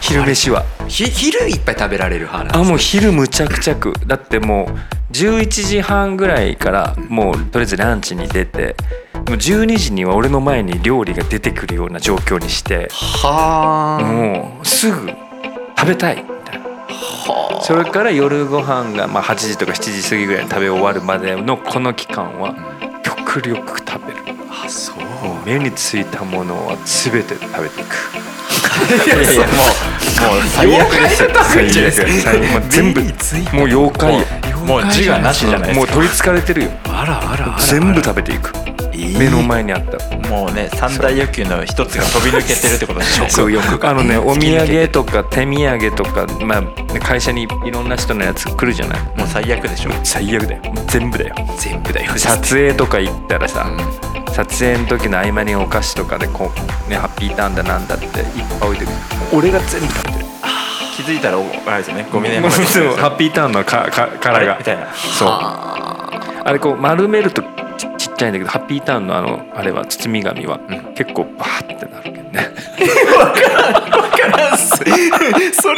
昼飯はひ昼いっぱい食べられる派なんあですもう昼むちゃくちゃ食うだってもう11時半ぐらいからもうとりあえずランチに出てもう12時には俺の前に料理が出てくるような状況にしてはもうすぐ食べたいみたいなそれから夜ご飯がまあ8時とか7時過ぎぐらいに食べ終わるまでのこの期間は極力食べるああそうもう目についたものは全て食べていくいやいやもうもう最悪ですよ最悪最悪もう全部目についたもう妖怪よもう字がなしじゃないもでう取りつかれてるよあらあらあら全部食べていく目の前にあったすかもうね三大欲求の一つが飛び抜けてるってことでしょそうよくあのねお土産とか手土産とか、まあ、会社にいろんな人のやつ来るじゃないもう最悪でしょ最悪だよ全部だよ全部だよ撮影とか行ったらさ、撮影の時の合間にお菓子とかでこう、ね、ハッピーターンだなんだっていっぱい置いてくる俺が全部食べてる気づいたらおあれですよねゴミの山もうが出てそうるハッピーターンのかかあ殻れがみたいなそうあれこう丸めるとちちっちゃいんだけどハッピーターンのあのあれは包み紙は、結構バーってなるけどね それ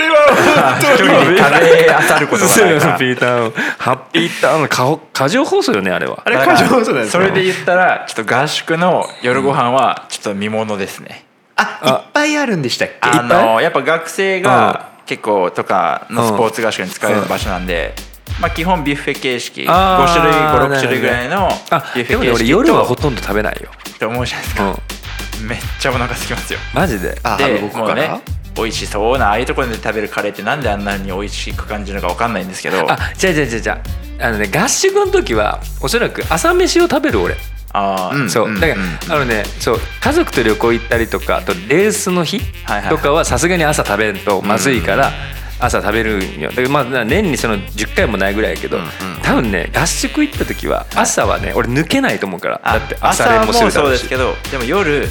は一人で壁当たることがないハかッピーターンハッピーターンの過保過剰放送よねあれはあれら過剰放送なんですそかれで言ったらちょっと合宿の夜ご飯はちょっと見ものですね、あいっぱいあるんでしたっけあのやっぱ学生が結構とかのスポーツ合宿に使えうんる場所なんで、まあ、基本ビュッフェ形式5あー種類なるほど56種類ぐらいのあビュッでフもェ形ね俺式と夜はほとんど食べないよ、って思うじゃないですうか、ん、めっちゃお腹空きますよマジであで動くもかうらね美味しそうなああいうところで食べるカレーってなんであんなに美味しく感じるのか分かんないんですけどあじゃあじゃあじゃあじゃああのね合宿の時はおそらく朝飯を食べる俺、あー、うんそうだから、あのねそう家族と旅行行ったりとかあとレースの日はいはいとかはさすがに朝食べんとまずいから朝食べるんよだからまあ年にその10回もないぐらいやけど、多分ね合宿行った時は朝はね俺抜けないと思うからだあって朝朝練ももするだそうろうでしすけどでも夜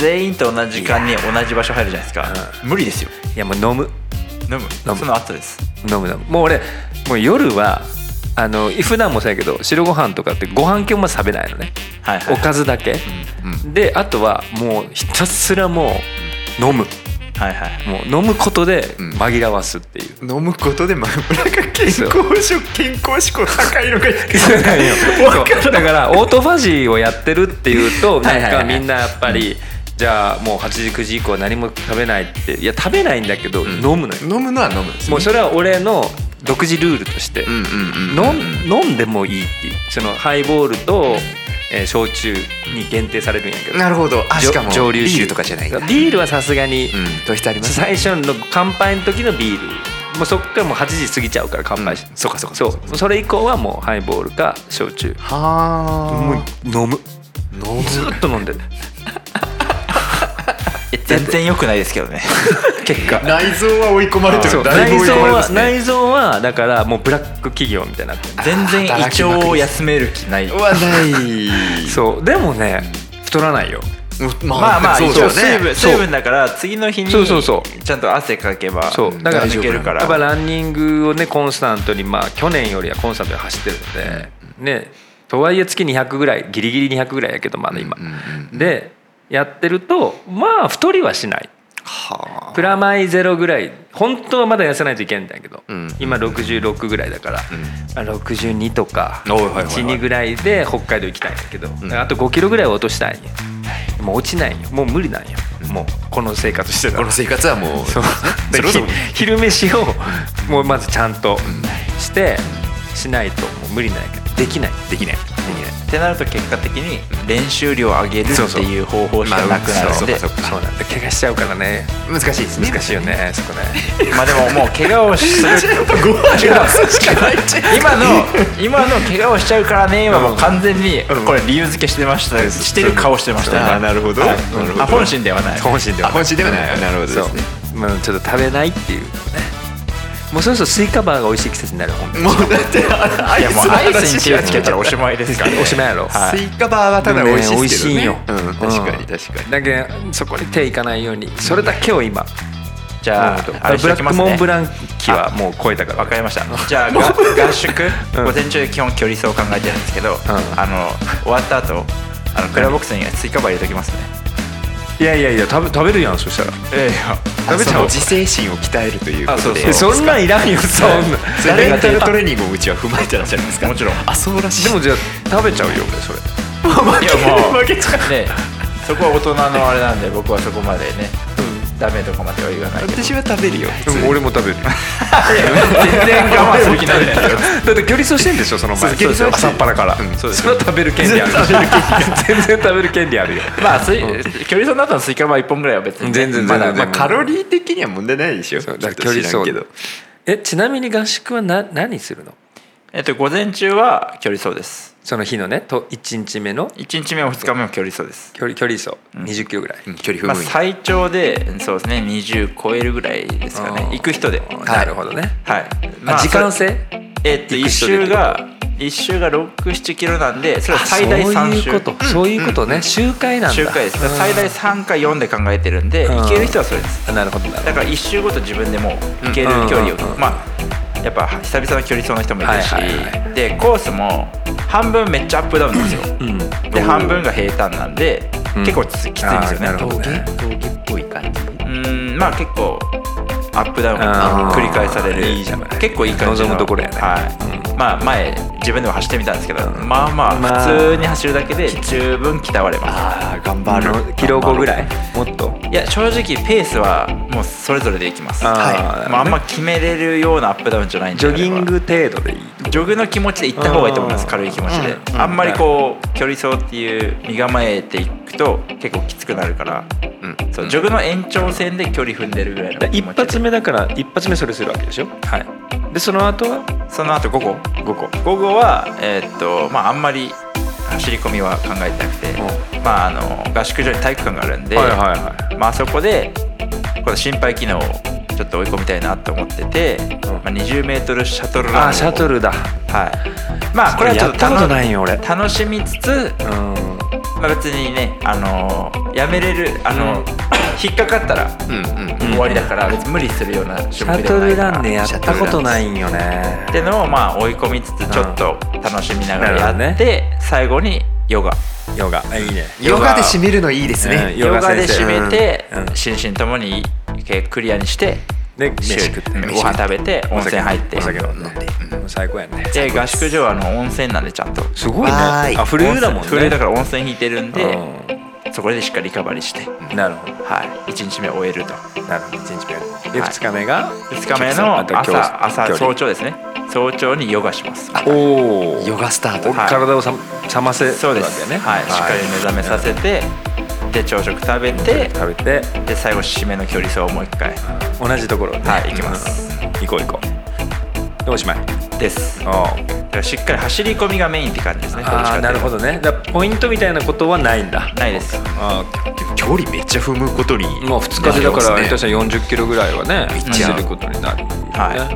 全員と同じ時間に同じ場所入るじゃないですか無理ですよいやもう飲む飲むむその後です飲む飲むもう俺もう夜はあの普段もそうやけど白ご飯とかってご飯系も食べないのねはいはいおかずだけ、であとはもうひたすらもう飲むはいはいもう飲むことで紛らわすっていう、飲むことでまあなんか健康食健康志向高いのがそうだからオートファジーをやってるっていうはといなはんいはかいみんなやっぱりじゃあもう8時9時以降は何も食べないっていや食べないんだけど飲むのよ、飲むのは飲むんですもうそれは俺の独自ルールとしてうんうんうん飲ん飲んでもいいっていうそのハイボールと、えー焼酎に限定されるんやけどなるほどあじょしかも蒸留ビー酒ルとかじゃないんだビールはさすがに、うん糖質ありますね最初の乾杯の時のビールもうそっからもう8時過ぎちゃうから乾杯し、うんそうかそうかそうもうそれ以降はもうハイボールか焼酎もうは飲むあ飲ずーっと飲んでる全然良くないですけどね結果内臓は追い込まれてそうるだいぶ追い内臓込まれてまはすね内臓はだからもうブラック企業みたいになってる全然胃腸を休める気ないうわないそうでもね太らないよままあまあそうだ一よ応水ね分水分だから次の日にそうそうそちゃんと汗かけばそうだから抜けるからやっぱランニングをねコンスタントにまあ去年よりはコンスタントに走ってるんで、ねとはいえ月200ぐらいギリギリ200ぐらいやけどまだ今、でやってるとまあ太りはしないはプラマイゼロぐらい本当はまだ痩せないといけないんだけど、うん今66ぐらいだから、まあ62とかおいはいはいはい12ぐらいで北海道行きたいんだけど、あと5キロぐらいは落としたいんよもう落ちないんよもう無理なんよもうこの生活してあたこらの生活はもうそうそれこそでひ昼飯をもうまずちゃんとしてしないともう無理なんやけどできないできないってなると結果的に練習量を上げるそうってそういう方法しかなくなるんそうかでそうかそうなんだ怪我しちゃうからね難しいですね難しいよねそこね まあでももう怪我をする今の今の怪我をしちゃうからねはもう完全にこれ理由付けしてましたしてる顔してましたあーよねなるほどはいなるほどあ本心ではない本心ではあ本心ではないなるほどですねそうまあちょっと食べないっていうねもうそろそろスイカバーが美味しい季節になる本当にもうだってあアいイやスもうのアイスに話し手なをいつけたらおしまいですからおしまいやろ、はスイカバーはただ美味しいですけどねでもね美う味んしいんよ確かうにん確かにだけどそこに手いかないようにそれだけを今じゃああれしとブラきッまクすモンねブラン期はもう超えたからわかりましたじゃあが合宿午前中基本距離走を考えてるんですけどあの終わった後あのクラボックスにスイカバー入れときますねいやいやいや食べ食べるやんそしたらええあ食べちそゃおのう自制心を鍛えるというこあそうと でそうそんなんいらんよそん なんそれメンタルトレーニングをうちは踏まえてらっしゃるんですかもちろんあそうらしいでもじゃあ食べちゃうよ俺それいやもう 負けちゃうねそこは大人のあれなんで僕はそこまでねダメとかまでは言わないけど私は食べるよ普通でにも俺も食べる 全然我慢する気ないですよだって距離走してんでしょその前そうですよ朝っぱらから、それは食べる権利ある 全然食べる権利あるよ まあ、すい距離走の後のスイカバー1本ぐらいは別にね、全然全ま然だ全然ままあカロリー的には問題ないでしょだから距離走けどえちなみに合宿はな何するのえっと、午前中は距離走ですその日のねと1日目の1日目も2日目も距離走です、距離距離走2 0キロぐらい、うん距離まあ、踏むんや最長でそうですね20超えるぐらいですかねあー行く人でなるほどね、はい、あ、時間それ制えっと1行く人で周が1周が67キロなんでそれは最大そう3いう周こと、そういうことね、周回なんだ周回ですだから最大3か4で考えてるんでうん行ける人はそれですあなるほどなるほどだから1周ごと自分でもう行ける距離を、うんうんうんうんまあやっぱ久々の距離走の人もいるし、はいはいでコースも半分めっちゃアップダウンなんですよ、うんで半分が平坦なんで、うん結構つきついんですよねあーなるほどね峠っぽい感じうーんまあ結構アップダウンあがー繰り返されるいいじゃない結構いい感じの望むところやねはいまあ前自分でも走ってみたんですけど、まあままああ普通に走るだけで十分鍛われますああ頑張あのるキロ後ぐらいもっといや正直ペースはもうそれぞれでいきますあーはいまあ、あんま決めれるようなアップダウンじゃないんでジあれョばギング程度でいいジョグの気持ちで行った方がいいと思います軽い気持ちで、あんまりこう距離走っていう身構えていくと結構きつくなるから、うんそうジョグの延長線で距離踏んでるぐらいのだから気一持ちで発目だから一発目それするわけでしょはいでその後はその後午後5個午後はえーっとまああんまり走り込みは考えてなくて、まああの合宿所に体育館があるんで、はいはいはまああそこでこの心肺機能をちょっと追い込みたいなと思ってて、うんまあ、20m シャトルランあをーシャトルだはいまあこれはちょっとやったことないいよ俺うん楽しみつつまあ、別にね、あのーやめれる、あのー引っかかったらうんうん終わりだから別に無理するようなシ種目ャではないトルからランねやったことないんよねってのをまあ追い込みつつちょっと楽しみながらなるやっほどて、最後にヨガヨガいいねヨガで締めるのいいですねうんヨヨガガ先で生締めて、うん心身ともにクリアにしてで飯週食ってうんご飯食べて温泉入ってお酒飲ん飲んででもう最高やねで合宿所はあの温泉なんでちゃんとすごいねわーいあフル湯だもんね温泉フル湯だから温泉引いてるんで、うんそこでしっかりリカバリーして、なるほどはい、1日目終えるとなるほど1日目ではい2日目が2日目の朝朝早朝ですね早朝にヨガしますおおヨガスタートはい体をさ冷ませそうるでわけすだねはい、しっかり目覚めさせて、で朝食食べて食べてで最後締めの距離走をもう一回同じところねはい行きますうん行こう行こうでおしまいですだおーからしっかり走り込みがメインって感じですねどっちあかーなるほどどねだからポイントみたいなことはないんだないですあ距離めっちゃ踏むことにーもう2日でだかならり伊ます藤さん40キロぐらいはねちゃ走ることになるは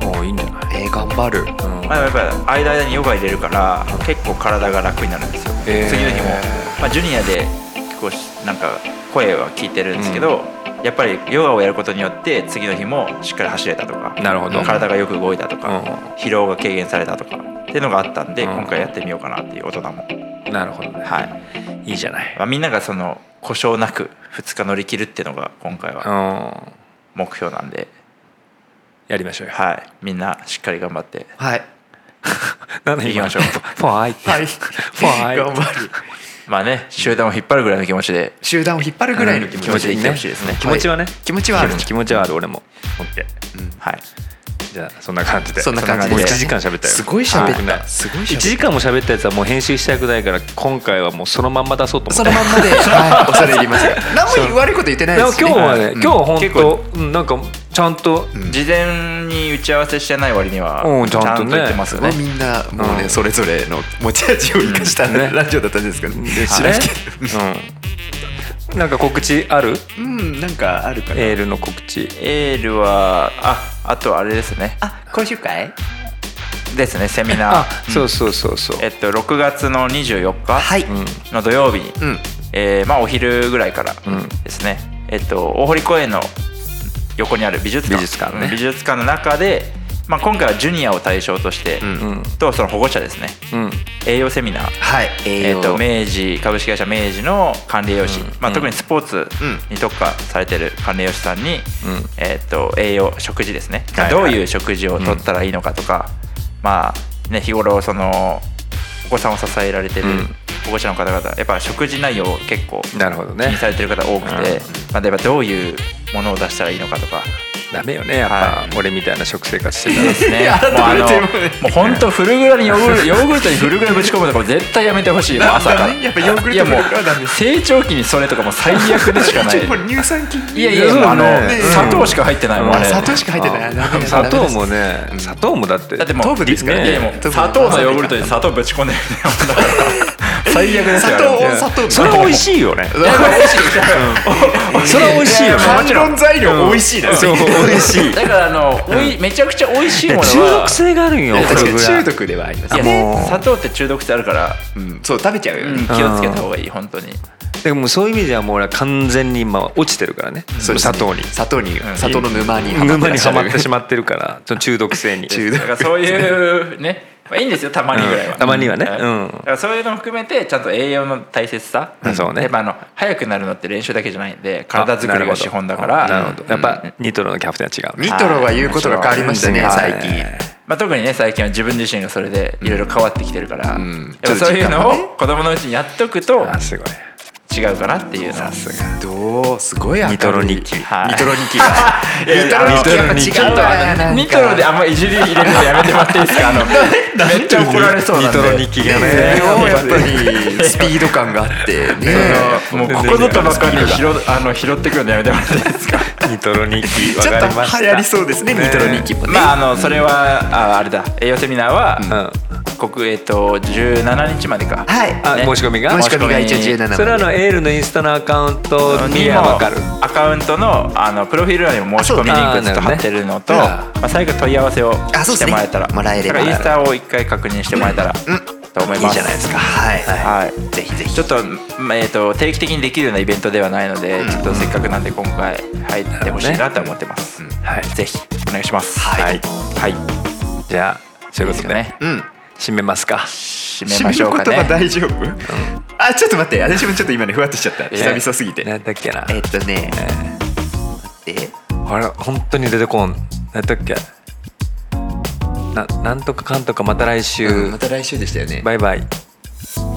いもういいんじゃないねえー頑張るうんまあ、でもやっぱり間々にヨガ入れるから結構体が楽になるんですよ、へー次の日も、まあ、ジュニアで結構しなんか声は聞いてるんですけど、やっぱりヨガをやることによって次の日もしっかり走れたとかなるほど体がよく動いたとか、うん疲労が軽減されたとかっていうのがあったんで、うん今回やってみようかなっていう大人も、なるほどねはいいいじゃないまあ、みんながその故障なく2日乗り切るっていうのが今回うはん目標なんで、やりましょうよはい、みんなしっかり頑張ってはいなんで行きましょ うファイトファイト頑張るまあね集団を引っ張るぐらいの気持ちで集団を引っ張るぐらいの気持ち気持ちでいってほしいですね気持ちはね気持ちはある気持ちはある俺も OK はいじゃあそんな感じでそんな感じでもう1時間喋ったよすごい喋はっいたすごい喋っ1た時間も喋ったやつはもう編集したくないから今回はもうそのまんま出そうと思そっのてまんまで、はい、恐れ入り ますが何も悪いこと言ってないででもす今日はね、うん今日は本当、うん、なんかちゃんと、事前に打ち合わせしてない割にはうんちちゃんとねゃんと言ってますよね。みんなもうね、うんそれぞれの持ち味を生かした、うんねラジオだったんですけど、で知知ららんんけけどうん、なんか告知あるうんなんかあるかなエールの告知エールはああとあれですねあ講習会ですねセミナあー、そうそうそうそう、えっと、6月の24は日い、うんの土曜日に、うんえーまあ、お昼ぐらいからうんですね、えっと、大堀公園の横にある美術館美術館ねうん美術館の中で、まあ、今回はジュニアを対象として、うんうんとその保護者ですね栄養セミナーはい栄え養、ー、と明治株式会社明治の管理栄養士、まあ、特にスポーツに特化されてる管理栄養士さんに、えー、と栄養食事ですね、はいどういう食事をとったらいいのかとか、まあね、日頃そのお子さんを支えられてるうん保護者の方々やっぱ食事内容を結構なるほど気にねされてる方多くて、うんまあ、例えばどういうものを出したらいいのかとか。ダメよねやっぱ、はい俺みたいな食生活してたらですね、もうあのもう本当フルグラ にヨーグルトヨーグルトにフルグラぶち込むとかも絶対やめてほしいもう朝からやっぱヨーグルトいやもフルグラダメう成長期にそれとかもう最悪でし かないちょっとこれ乳酸菌いやいやもうあのね砂糖しか入ってないもんああれ砂だ糖しか入ってないダメだ 砂糖ダメもね砂糖もだってってもう糖分ですからねいやいやもう砂糖のヨーグルトに砂糖ぶち込んでるみたいなもんだから最悪だですよあ砂れ糖は温砂糖それ美味しいよねいやこれ美味しいそれ美味しいよね反論材料美味しいなそう美味しいだからあのおいめちゃくちゃ美味しいもの中は毒性があるんよ確かこれにぐらい中毒ではありますいやねもう砂糖って中毒性あるから、うんそう食べちゃうようんね気をつけた方がいい本当にでもそういう意味ではもう俺は完全に今落ちてるからねそうです砂ね糖に砂糖にん砂糖の沼に沼にはまってしままってるからその 中毒性に中だからそういうね、まあ、いいんですよたまにぐらいは、うんたまにはねうんだからそういうのも含めてちゃんと栄養の大切さ、うんそうねやっぱあの早くなるのって練習だけじゃないんで体作りが資本だからあなるほどやっうんぱニトロのキャプテンは違うニトロが言うことが変わりましたねはい最近まあ、特にね最近は自分自身がそれでいろいろ変わってきてるから、んやっぱそういうのを子供のうちにやっとくとあすごい違うかなっていうのはさすがどうすごい明るいニトロ日記はいニトロ日 記がニトロ日記やっぱ違ちょっうとわあなんかのニトロであんまいじり入れるのやめてもらっていいですか あのめっちゃ怒られそうなんでニトロ日記がそれねをやっぱりスピード感があ ってねあのもうここぞとばかりに拾あの拾ってくるのやめてもらっていいですかニトロ日記わちょっかとりました流行りそうですねニトロ日記もねまああのそれはああれだ栄養セミナーは、うん国えっと17日までか、はいあね申し込みが申し込みが一応17までそれはあのエールのインスタのアカウントににもはわかるアカウントのあのプロフィール欄にも申し込みリンクずっと貼ってるのと、あーなるほどねまあ、最後問い合わせをあそうしてですねもらえたらもらえればだからインスタを一回確認してもらえたら、と思いますいいじゃないですかはいはいぜひぜひちょっと,、まあえっと定期的にできるようなイベントではないので、ちょっとせっかくなんで今回入ってほしいなと思ってます、はいぜひお願いしますはいはい、じゃあそういうことでいいですねかうん締めますか締めましょうか締める言葉ね大丈夫あちょっと待って私もちょっと今ねふわっとしちゃった久々すぎてなんだっけなえっとね待ってあれ本当に出てこんなんだっけななんとかかんとかまた来週、うんまた来週でしたよねバイバイ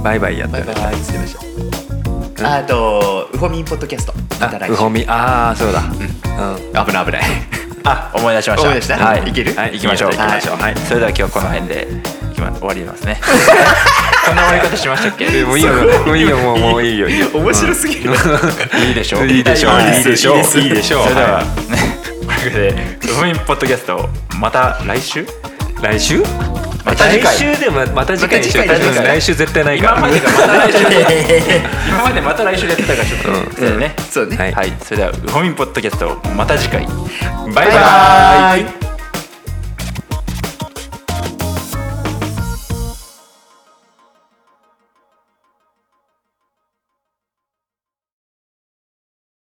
バイバイやったバよイねバイすいませんあとウホミンポッドキャストまた来週うほみああそうだ、うん危ない危ないあ思い出しました思い出したはいいけるはい行きましょう行きましょうはいそれでは今日この辺でいきま終わりますねこんな終わり方しましたっけでもいいよもういいよもうもういいよいいよ 面白す ぎるいいでしょういいでしょういいでしょういいでしょうそれではねということでウホミンポッドキャストまた来週 来週ままたた次次回回でままた次回にしようまた次回来週絶対ないか今らまでがまた来週 今までまた来週でやってたからちょっと、ね そうねはい、それではウホミンポッドキャストまた次回バイババイバーイイ